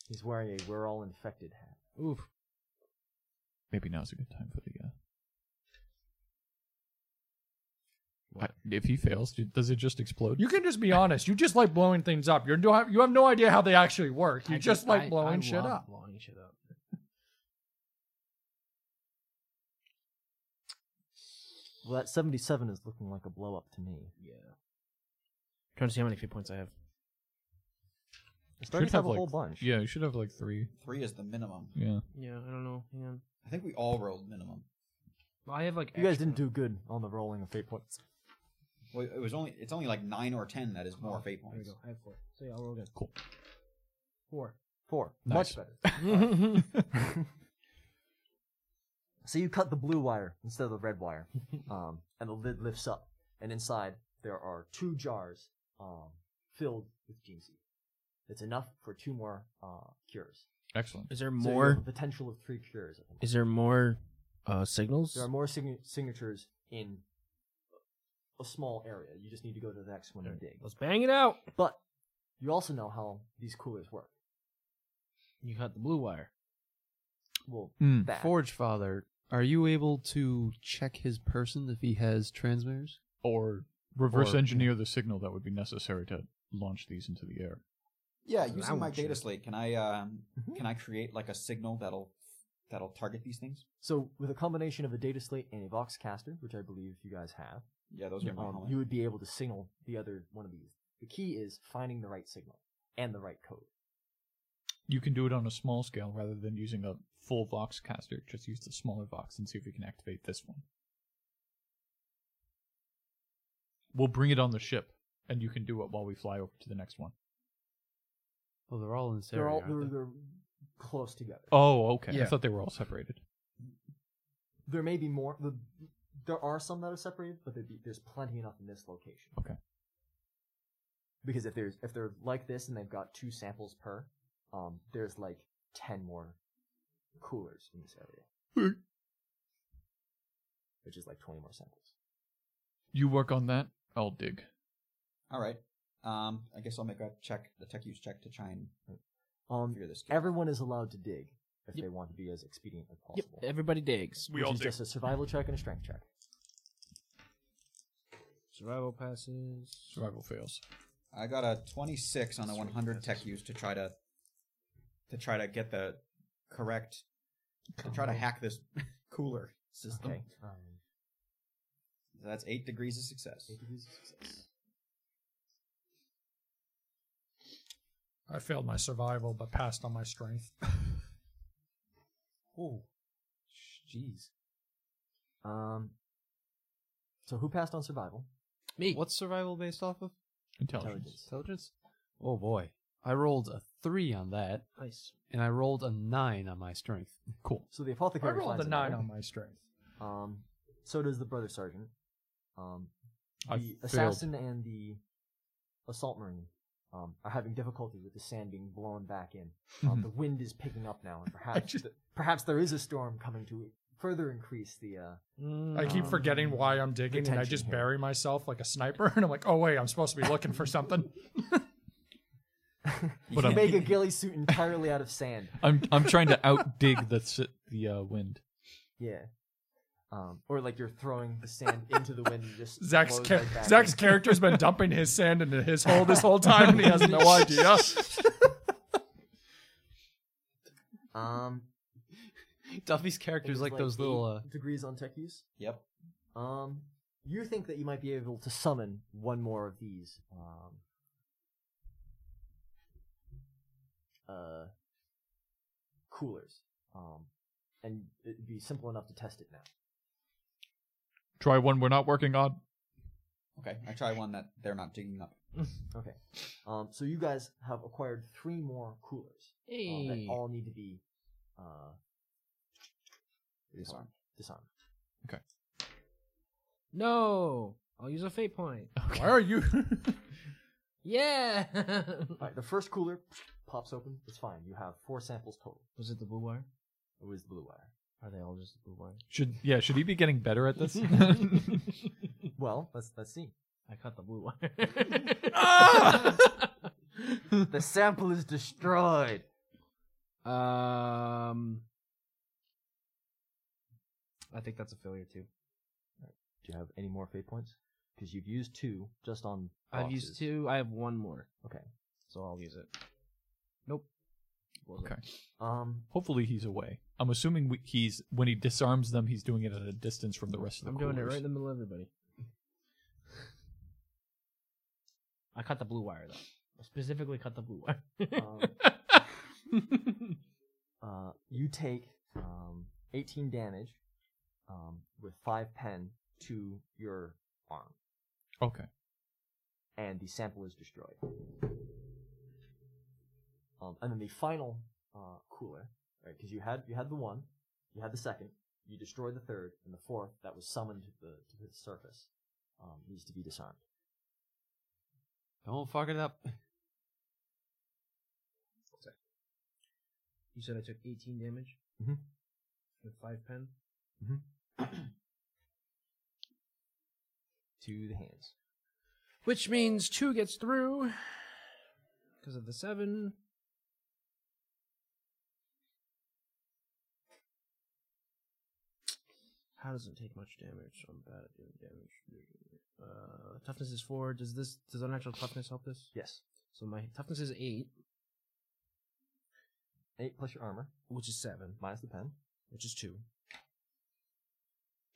Speaker 1: He's wearing a "We're all infected" hat.
Speaker 6: Oof.
Speaker 2: Maybe now's a good time for the. Uh... I- if he fails, do- does it just explode?
Speaker 3: You can just be honest. You just like blowing things up. You're no, you have no idea how they actually work. You just like blowing shit up.
Speaker 6: Blowing shit up.
Speaker 1: Well, that seventy-seven is looking like a blow up to me.
Speaker 6: Yeah. Trying to see how many feet points I have.
Speaker 1: It's
Speaker 2: Should
Speaker 1: starting to have a
Speaker 2: like,
Speaker 1: whole bunch.
Speaker 2: Yeah, you should have like three.
Speaker 4: Three is the minimum.
Speaker 2: Yeah.
Speaker 6: Yeah, I don't know. Hang on.
Speaker 4: I think we all rolled minimum.
Speaker 6: I have like.
Speaker 1: You guys didn't do good on the rolling of fate points.
Speaker 4: Well, it was only. It's only like nine or ten that is
Speaker 1: Oh,
Speaker 4: more fate
Speaker 6: There we
Speaker 4: points.
Speaker 6: go. I have four. So yeah, I'll roll again.
Speaker 2: Cool.
Speaker 6: Four.
Speaker 1: Four,
Speaker 2: Nice.
Speaker 1: much better. So you cut the blue wire instead of the red wire, um, and the lid lifts up, and inside there are two jars um, filled with gene seed. It's enough for two more uh, cures.
Speaker 2: Excellent.
Speaker 6: Is there
Speaker 1: So you
Speaker 6: more?
Speaker 1: have a potential of three cures. at the moment.
Speaker 6: is there more uh, signals?
Speaker 1: There are more signa- signatures in a small area. You just need to go to the next one and dig.
Speaker 6: Let's bang it out.
Speaker 1: But you also know how these coolers work.
Speaker 6: You cut the blue wire.
Speaker 1: Well,
Speaker 4: Hmm,
Speaker 2: Mm.
Speaker 1: that.
Speaker 5: Forge Father, are you able to check his person if he has transmitters?
Speaker 2: Or reverse
Speaker 5: Or-
Speaker 2: engineer the signal that would be necessary to launch these into the air.
Speaker 4: Yeah,
Speaker 6: And I
Speaker 4: using my
Speaker 6: want you.
Speaker 4: data slate, can I? Um,
Speaker 1: Mhm.
Speaker 4: Can I create like a signal that'll that'll target these things?
Speaker 1: So with a combination of a data slate and a vox caster, which I believe you guys have,
Speaker 4: Yeah, those are my
Speaker 1: um,
Speaker 4: only-
Speaker 1: you would be able to signal the other one of these. The key is finding the right signal and the right code.
Speaker 2: you can do it on a small scale rather than using a full vox caster. Just use the smaller vox and see if we can activate this one. We'll bring it on the ship, and you can do it while we fly over to the next one.
Speaker 5: Well, they're all in Syria.
Speaker 1: they're all
Speaker 5: aren't
Speaker 1: they're,
Speaker 5: they?
Speaker 1: they're close together.
Speaker 2: Oh, okay. I
Speaker 3: Yeah.
Speaker 2: thought they were all separated.
Speaker 1: There may be more. The, there are some that are separated, but there'd be, there's plenty enough in this location.
Speaker 2: Okay.
Speaker 1: Because if there's if they're like this and they've got two samples per, um, there's like ten more coolers in this area, which is like twenty more samples.
Speaker 2: You work on that. I'll dig.
Speaker 4: All right. Um, I guess I'll make a check, the tech use check, to try and
Speaker 1: Um,
Speaker 4: figure this. out.
Speaker 1: everyone is allowed to dig if
Speaker 6: Yep.
Speaker 1: they want to be as expedient as
Speaker 6: Yep.
Speaker 1: possible.
Speaker 6: Everybody digs.
Speaker 1: Which is just a survival check and a strength check.
Speaker 6: Survival passes.
Speaker 2: Survival fails.
Speaker 4: I got a 26 on a 100 tech use to try to to try to get the correct to try to hack this cooler system.
Speaker 1: Okay. Um,
Speaker 4: So that's eight degrees of success.
Speaker 3: I failed my survival, but passed on my strength.
Speaker 5: Oh, jeez.
Speaker 1: Um, so who passed on survival?
Speaker 6: Me.
Speaker 5: What's survival based off of?
Speaker 2: Intelligence.
Speaker 5: Intelligence. Oh boy, I rolled a three on that,
Speaker 6: Nice.
Speaker 5: and I rolled a nine on my strength.
Speaker 2: Cool.
Speaker 1: So the
Speaker 3: I
Speaker 1: apothecary
Speaker 3: rolled a
Speaker 1: finds
Speaker 3: nine
Speaker 1: another.
Speaker 3: on my strength.
Speaker 1: Um, so does the brother sergeant. Um,
Speaker 2: I
Speaker 1: the
Speaker 2: failed.
Speaker 1: assassin and the assault marine um, are having difficulty with the sand being blown back in. Um, the wind is picking up now, and perhaps
Speaker 3: just-
Speaker 1: th- perhaps there is a storm coming to further increase the. Uh,
Speaker 6: Mm.
Speaker 3: I keep
Speaker 1: Um,
Speaker 3: forgetting why I'm digging, and I
Speaker 1: retention
Speaker 3: just
Speaker 1: here.
Speaker 3: bury myself like a sniper. And I'm like, oh wait, I'm supposed to be looking for something.
Speaker 1: you
Speaker 2: But
Speaker 1: can
Speaker 2: I'm-
Speaker 1: make a ghillie suit entirely out of sand.
Speaker 2: I'm I'm trying to outdig the s- the uh, wind.
Speaker 1: Yeah. Um, or like you're throwing the sand into the wind and just
Speaker 3: Zach's
Speaker 1: blows
Speaker 3: cha-
Speaker 1: right back
Speaker 3: Zach's
Speaker 1: in.
Speaker 3: character's been dumping his sand into his hole this whole time, and he has no idea.
Speaker 1: um
Speaker 5: Duffy's character
Speaker 1: there's
Speaker 5: is like, those little. Uh,
Speaker 1: degrees on tech use.
Speaker 4: Yep.
Speaker 1: Um, you think that you might be able to summon one more of these. Um, uh, coolers. Um, and it'd be simple enough to test it now.
Speaker 2: Try one we're not working on.
Speaker 4: Okay. I try one that they're not digging up.
Speaker 1: Okay. Um, so you guys have acquired three more coolers um, that
Speaker 6: Hey.
Speaker 1: all need to be uh,
Speaker 4: Disarm.
Speaker 1: disarmed.
Speaker 6: No. I'll use a fate point.
Speaker 3: Why are you?
Speaker 6: Yeah.
Speaker 1: All right. The first cooler pops open. It's fine. You have four samples total.
Speaker 6: Was it the blue wire?
Speaker 1: It was blue wire.
Speaker 6: Are they all just the blue wire?
Speaker 2: Should yeah, should he be getting better at this?
Speaker 1: Well, let's let's see.
Speaker 6: I caught the blue wire.
Speaker 1: The sample is destroyed.
Speaker 6: um, I think that's a failure too.
Speaker 1: Do you have any more fate points? Because you've used two just on.
Speaker 6: I've used
Speaker 1: boxes.
Speaker 6: two. I have one more,
Speaker 1: Okay.
Speaker 6: so I'll use it. Nope. Wasn't.
Speaker 2: Okay.
Speaker 1: Um.
Speaker 2: Hopefully he's away. I'm assuming we, he's when he disarms them, he's doing it at a distance from the rest of the
Speaker 6: I'm doing it
Speaker 2: coolers.
Speaker 6: right in the middle of everybody. I cut the blue wire though. I specifically cut the blue wire.
Speaker 1: um, uh, you take um 18 damage, um, with five pen to your arm,
Speaker 2: Okay.
Speaker 1: and the sample is destroyed. Um, and then the final uh cooler, right? Because you had you had the one, you had the second, you destroyed the third, and the fourth that was summoned to the to the surface, um, needs to be disarmed.
Speaker 5: don't fuck it up.
Speaker 6: You said I took 18 damage
Speaker 1: Mhm.
Speaker 6: with five pen.
Speaker 1: to the hands.
Speaker 6: Which means two gets through because of the seven. How does it take much damage? I'm bad at doing damage. Uh, toughness is four. Does this does unnatural toughness help this?
Speaker 1: Yes.
Speaker 6: So my toughness is eight,
Speaker 1: Eight plus your armor,
Speaker 6: which is seven,
Speaker 1: minus the pen.
Speaker 6: which is two.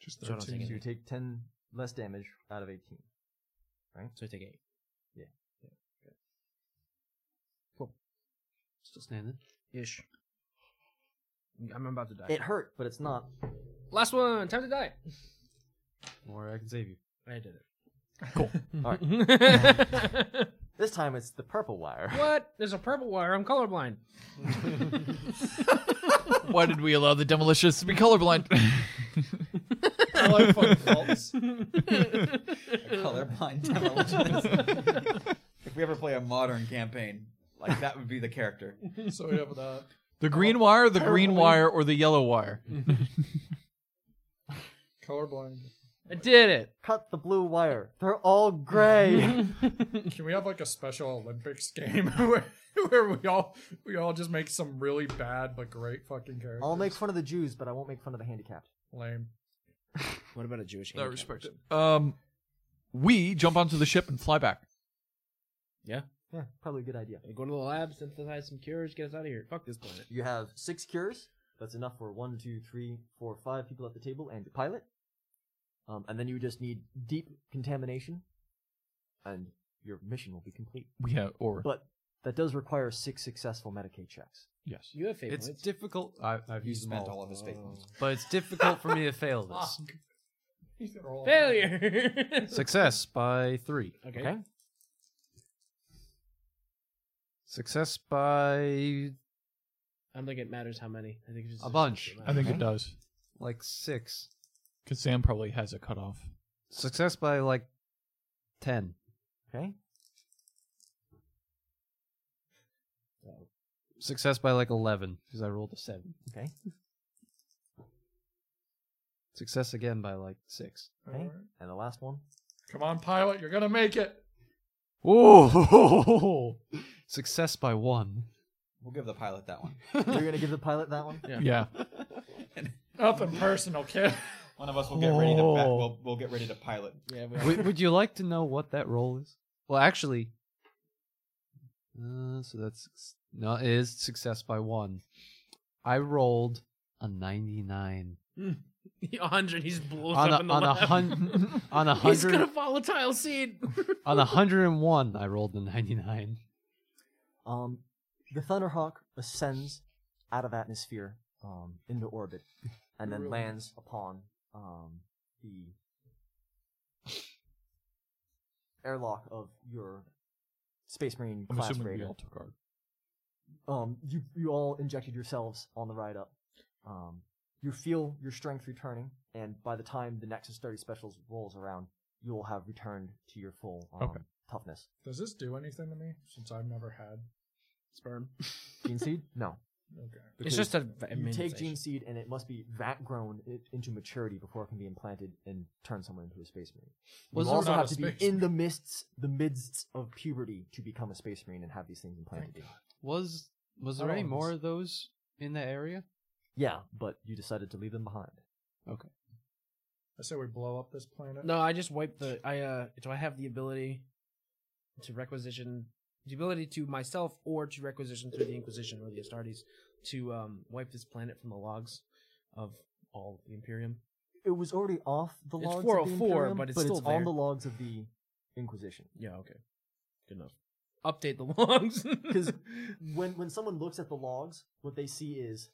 Speaker 2: Just
Speaker 6: So I don't
Speaker 1: So
Speaker 6: take
Speaker 1: you
Speaker 6: any.
Speaker 1: take ten less damage out of eighteen.
Speaker 6: So I take eight.
Speaker 5: Still standing.
Speaker 6: Ish. I'm about to die.
Speaker 1: It hurt, but it's not.
Speaker 6: Last one. Time to die.
Speaker 5: Or I can save you.
Speaker 6: I did it.
Speaker 2: Cool.
Speaker 1: All
Speaker 6: right.
Speaker 1: This time it's the purple wire.
Speaker 6: What? There's a purple wire. I'm colorblind.
Speaker 2: Why did we allow the demolitionists to be colorblind?
Speaker 3: I like fucking faults.
Speaker 4: A colorblind demolitionist. if we ever play a modern campaign, like that would be the character.
Speaker 3: So we have the
Speaker 2: the green wire, the
Speaker 6: Oh,
Speaker 2: green wire, or the yellow wire?
Speaker 3: colorblind.
Speaker 6: I did it.
Speaker 1: Cut the blue wire. They're all gray.
Speaker 3: Can we have like a special Olympics game where, where we all we all just make some really bad but great fucking characters?
Speaker 1: I'll make fun of the Jews, but I won't make fun of the handicapped.
Speaker 3: Lame.
Speaker 6: What about a Jewish?
Speaker 2: I
Speaker 6: handicap?
Speaker 2: respect it. Um, we jump onto the ship and fly back.
Speaker 6: Yeah.
Speaker 1: Yeah, probably a good idea.
Speaker 6: Go to the lab, synthesize some cures, get us out of here. Fuck this planet.
Speaker 1: You have six cures. That's enough for one, two, three, four, five people at the table and your pilot. Um, and then you just need deep contamination, and your mission will be complete.
Speaker 2: Yeah, or
Speaker 1: But that does require six successful Medicaid checks.
Speaker 2: yes.
Speaker 6: You have fate
Speaker 5: It's
Speaker 6: points.
Speaker 5: difficult. I, I've
Speaker 4: He
Speaker 5: used them
Speaker 4: spent
Speaker 5: all,
Speaker 4: all of his fate points.
Speaker 5: but it's difficult for me to fail this.
Speaker 3: Fuck. He's gonna roll a
Speaker 6: Failure.
Speaker 5: Success by three.
Speaker 6: Okay.
Speaker 1: Okay.
Speaker 5: Success by
Speaker 6: I don't think it matters how many. I think it's just
Speaker 5: A bunch.
Speaker 6: success
Speaker 2: I
Speaker 6: that
Speaker 2: think
Speaker 6: matters.
Speaker 2: it does
Speaker 5: like six.
Speaker 2: because Sam probably has a cutoff.
Speaker 5: Success by like ten.
Speaker 1: Okay.
Speaker 5: Success by like eleven because I rolled a seven.
Speaker 1: Okay.
Speaker 5: Success again by like six.
Speaker 1: Okay.
Speaker 3: Alright.
Speaker 1: And the last one.
Speaker 3: Come on, pilot, you're gonna make it.
Speaker 5: Whoa! Success by one.
Speaker 4: We'll give the pilot that one.
Speaker 1: You're gonna give the pilot that one.
Speaker 6: Yeah.
Speaker 2: Yeah,
Speaker 3: Nothing personal, kid.
Speaker 4: One of us will get ready to back,
Speaker 2: Oh.
Speaker 4: we'll, we'll get ready to pilot.
Speaker 6: Yeah, we
Speaker 5: would, would you like to know what that roll is? Well, actually, uh, so that's suc- no it is success by one. I rolled a ninety-nine
Speaker 6: 100, he's blows
Speaker 5: on a,
Speaker 6: up in the
Speaker 5: on a
Speaker 6: lab.
Speaker 5: hun- on a
Speaker 6: He's gonna
Speaker 5: hundred
Speaker 6: volatile seed.
Speaker 5: on a hundred and one. I rolled a ninety-nine.
Speaker 1: Um, the Thunderhawk ascends out of atmosphere um, into orbit and then lands upon um, the airlock of your Space Marine
Speaker 2: I'm
Speaker 1: class
Speaker 2: assuming we
Speaker 1: raider.
Speaker 2: all took our
Speaker 1: Um, you, you all injected yourselves on the ride up. Um, you feel your strength returning, and by the time the Nexus 30 Specials rolls around, you will have returned to your full um,
Speaker 2: Okay.
Speaker 1: toughness.
Speaker 3: Does this do anything to me since I've never had sperm?
Speaker 1: Gene Seed? No.
Speaker 3: Okay.
Speaker 6: It's just a.
Speaker 1: you take
Speaker 6: immunization.
Speaker 1: gene seed and it must be vat grown i- into maturity before it can be implanted and turn someone into a space marine.
Speaker 5: Was
Speaker 1: you
Speaker 5: there
Speaker 1: also
Speaker 3: not
Speaker 1: have
Speaker 3: a
Speaker 1: to be
Speaker 3: space
Speaker 1: in the mists, the midst of puberty to become a space marine and have these things implanted. in you.
Speaker 5: Was was
Speaker 3: I
Speaker 5: there any
Speaker 3: don't-
Speaker 5: more of those in the area?
Speaker 1: Yeah, but you decided to leave them behind.
Speaker 3: I say we blow up this planet.
Speaker 6: No, I just wiped the. I uh, do I have the ability to requisition the ability to myself or to requisition through the Inquisition or the Astartes to um wipe this planet from the logs of all the Imperium?
Speaker 1: It was already off the
Speaker 6: It's
Speaker 1: logs of the
Speaker 6: 404,
Speaker 1: Imperium,
Speaker 6: but it's
Speaker 1: it's
Speaker 6: still
Speaker 1: on
Speaker 6: there.
Speaker 1: the logs of the Inquisition.
Speaker 6: Yeah, okay, good enough. Update the logs
Speaker 1: 'Cause- When when someone looks at the logs, what they see is,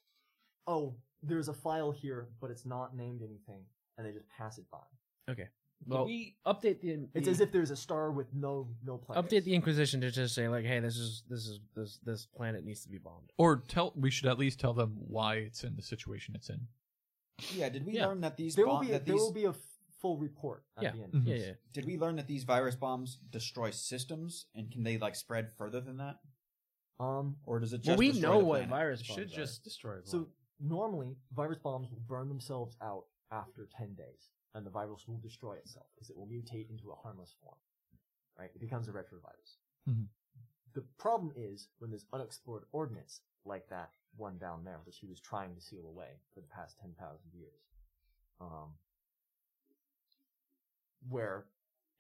Speaker 1: oh, there's a file here, but it's not named anything, and they just pass it by.
Speaker 6: okay, well,
Speaker 4: we
Speaker 6: update the.
Speaker 1: It's
Speaker 6: the-
Speaker 1: as if there's a star with no no place.
Speaker 6: update the Inquisition to just say like, hey, this is this is this this planet needs to be bombed.
Speaker 2: or tell. We should at least tell them why it's in the situation it's in.
Speaker 4: Yeah, did we
Speaker 6: Yeah.
Speaker 4: learn that these
Speaker 1: There will
Speaker 4: bomb,
Speaker 1: be a,
Speaker 4: that
Speaker 1: there
Speaker 4: these
Speaker 1: will be a f- full report at the end.
Speaker 2: Mhm.
Speaker 6: Yeah, yeah.
Speaker 4: did we learn that these virus bombs destroy systems and can they like spread further than that?
Speaker 1: Um,
Speaker 4: Or does it just
Speaker 6: Well, we
Speaker 4: destroy
Speaker 6: know
Speaker 4: the
Speaker 6: what
Speaker 4: planet?
Speaker 6: virus bombs
Speaker 5: Should
Speaker 6: are.
Speaker 5: just destroy.
Speaker 1: so normally virus bombs will burn themselves out after ten days, and the virus will destroy itself because it will mutate into a harmless form. Right, it becomes a retrovirus.
Speaker 2: Mhm.
Speaker 1: The problem is when there's unexplored ordnance like that one down there, which he was trying to seal away for the past ten thousand years, um, where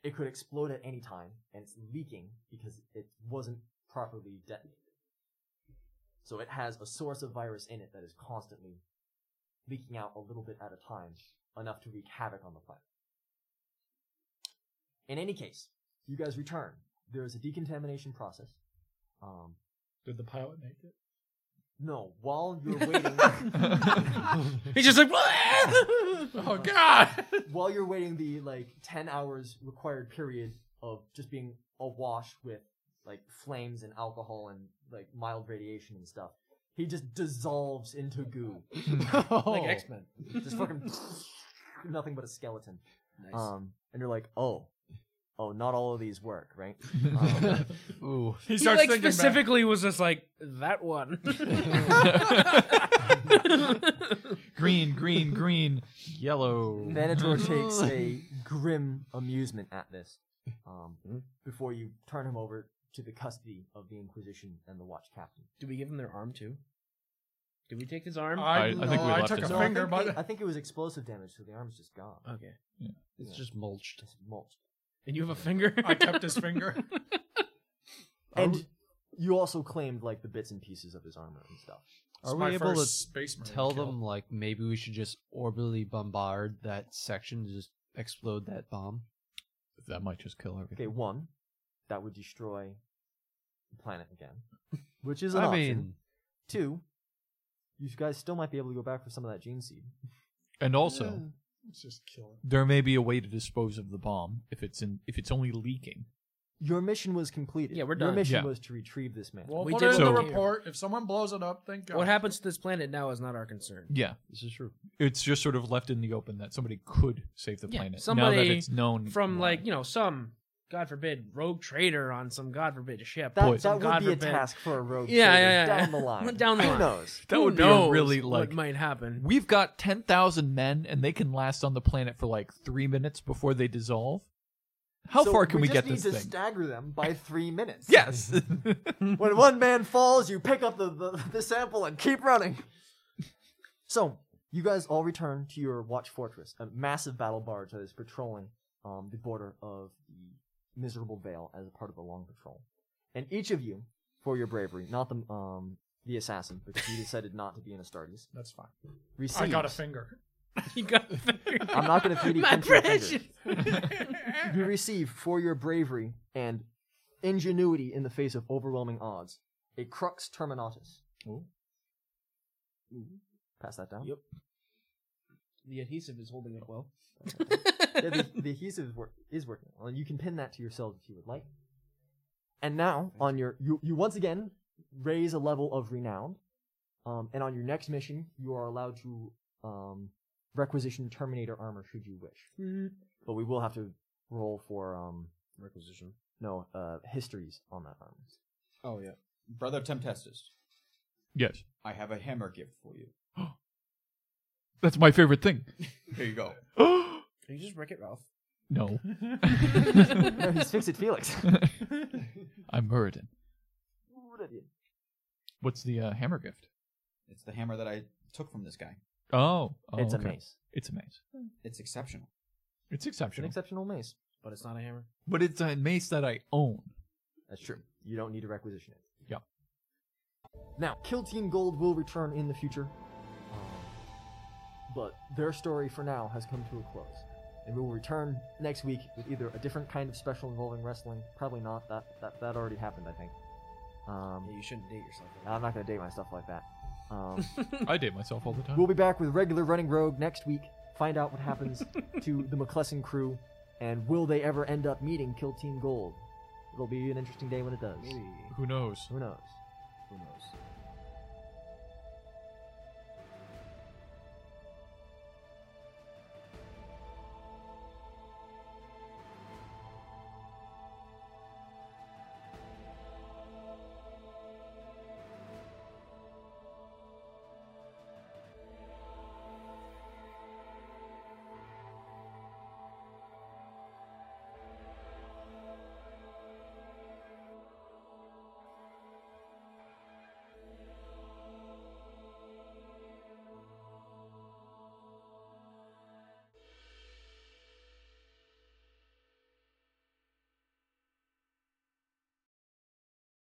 Speaker 1: it could explode at any time, and it's leaking because it wasn't properly detonated. So it has a source of virus in it that is constantly leaking out a little bit at a time, enough to wreak havoc on the planet. In any case, you guys return. There is a decontamination process. Um,
Speaker 3: Did the pilot make it?
Speaker 1: no, while you're waiting,
Speaker 6: He's just like,
Speaker 3: Oh God!
Speaker 1: while you're waiting the like 10 hours required period of just being awash with like flames and alcohol and like mild radiation and stuff he just dissolves into goo
Speaker 6: like X Men.
Speaker 1: just fucking nothing but a skeleton um and you're like oh oh not all of these work right um,
Speaker 5: Ooh.
Speaker 3: He
Speaker 6: He,
Speaker 3: starts
Speaker 6: like
Speaker 3: thinking back.
Speaker 6: specifically was just like that one.
Speaker 2: green, green, green, yellow.
Speaker 1: Venator takes a grim amusement at this um, before you turn him over to the custody of the Inquisition and the Watch Captain.
Speaker 6: Did we give him their arm too? Did we take his arm?
Speaker 3: I,
Speaker 2: I think we
Speaker 3: no, I
Speaker 2: left
Speaker 3: took
Speaker 2: it.
Speaker 3: a
Speaker 2: No,
Speaker 1: I
Speaker 3: finger,
Speaker 1: think,
Speaker 3: but
Speaker 1: they- I think it was explosive damage, so the arm's just gone.
Speaker 6: okay.
Speaker 5: It's just mulched.
Speaker 1: Just mulched.
Speaker 6: And you have a finger.
Speaker 3: I kept his finger.
Speaker 1: And you also claimed like the bits and pieces of his armor and stuff.
Speaker 3: It's
Speaker 5: Are
Speaker 3: my
Speaker 5: we able
Speaker 3: first
Speaker 5: to
Speaker 3: space marine
Speaker 5: tell
Speaker 3: kill.
Speaker 5: them like maybe we should just orbitally bombard that section to just explode that bomb?
Speaker 2: That might just kill everything.
Speaker 1: Okay, one, that would destroy the planet again, which is an
Speaker 5: I
Speaker 1: option.
Speaker 5: mean,
Speaker 1: Two, you guys still might be able to go back for some of that gene seed.
Speaker 2: And also,
Speaker 7: Let's just kill it.
Speaker 2: there may be a way to dispose of the bomb if it's in if it's only leaking.
Speaker 1: Your mission was completed.
Speaker 6: Yeah, we're
Speaker 1: Your
Speaker 6: done.
Speaker 1: mission
Speaker 2: Yeah.
Speaker 1: was to retrieve this man.
Speaker 3: We'll
Speaker 6: We
Speaker 3: put
Speaker 6: did
Speaker 3: it
Speaker 2: what
Speaker 3: in the
Speaker 2: we
Speaker 6: can.
Speaker 3: report. If someone blows it up, thank God.
Speaker 6: What happens to this planet now is not our concern.
Speaker 2: Yeah,
Speaker 5: this is true.
Speaker 2: it's just sort of left in the open that somebody could save the
Speaker 6: Yeah,
Speaker 2: planet. now
Speaker 6: somebody
Speaker 2: that it's known
Speaker 6: From like you know some God forbid rogue trader on some God forbid ship.
Speaker 1: that
Speaker 2: Boy.
Speaker 1: that
Speaker 6: Some
Speaker 1: would
Speaker 6: God
Speaker 1: be a
Speaker 6: forbid-
Speaker 1: task for a rogue
Speaker 6: Yeah,
Speaker 1: trader
Speaker 6: yeah, yeah.
Speaker 1: down the line.
Speaker 6: Down the line.
Speaker 1: Who knows?
Speaker 2: that
Speaker 6: Who
Speaker 2: would be a
Speaker 6: knows
Speaker 2: really like
Speaker 6: what might happen.
Speaker 2: we've got ten thousand men and they can last on the planet for like three minutes before they dissolve. How
Speaker 1: So
Speaker 2: far can we,
Speaker 1: just
Speaker 2: get
Speaker 1: need
Speaker 2: this
Speaker 1: to
Speaker 2: thing?
Speaker 1: stagger them by three minutes.
Speaker 2: yes.
Speaker 1: when one man falls, you pick up the, the, the sample and keep running. So, you guys all return to your Watch Fortress, a massive battle barge that is patrolling um, the border of the miserable Vale as a part of the Long Patrol. And each of you, for your bravery, not the, um, the assassin, because you decided not to be an Astartes,
Speaker 3: That's fine.
Speaker 1: receives...
Speaker 3: I got a finger.
Speaker 6: You got to figure it
Speaker 1: I'm not going to 3D
Speaker 6: My
Speaker 1: print your finger.
Speaker 6: precious.
Speaker 1: You receive, for your bravery and ingenuity in the face of overwhelming odds, a Crux Terminatus. Ooh. Pass that down.
Speaker 6: Yep. the adhesive is holding up well.
Speaker 1: Yeah, the, the adhesive is, work, is working. Well, you can pin that to yourselves if you would like. And now, on your you, you once again raise a level of renown, um, and on your next mission, you are allowed to um, requisition Terminator armor should you wish. But we will have to roll for um,
Speaker 6: Requisition.
Speaker 1: no uh, histories on that armor.
Speaker 4: Oh yeah. Brother Tempestus,
Speaker 2: yes,
Speaker 4: I have a hammer gift for you.
Speaker 2: that's my favorite thing.
Speaker 4: Here you go.
Speaker 6: Can you just wreck it, Ralph?
Speaker 2: no,
Speaker 1: no, he's fixed it, Felix.
Speaker 2: I'm Muradin. What's the uh, hammer gift?
Speaker 4: It's the hammer that I took from this guy.
Speaker 2: Oh, oh,
Speaker 1: it's
Speaker 2: okay.
Speaker 1: a mace.
Speaker 2: It's a mace.
Speaker 4: It's exceptional.
Speaker 1: It's
Speaker 2: It's
Speaker 1: an
Speaker 2: exceptional,
Speaker 1: exceptional mace.
Speaker 6: But it's not a hammer.
Speaker 2: but it's a mace that I own.
Speaker 1: That's true. You don't need to requisition it.
Speaker 2: Yep.
Speaker 1: Now, Kill Team Gold will return in the future, um, but their story for now has come to a close. And we will return next week with either a different kind of special involving wrestling. Probably not. That that, that already happened, I think.
Speaker 6: Yeah,
Speaker 1: Um,
Speaker 6: you shouldn't date yourself. like
Speaker 1: I'm not going to date my stuff like that. Um,
Speaker 2: I date myself all the time.
Speaker 1: We'll be back with regular Running Rogue next week. Find out what happens to the McClesson crew, and will they ever end up meeting Kill Team Gold? It'll be an interesting day when it does.
Speaker 6: that. Maybe.
Speaker 2: Who knows?
Speaker 1: Who knows? Who knows?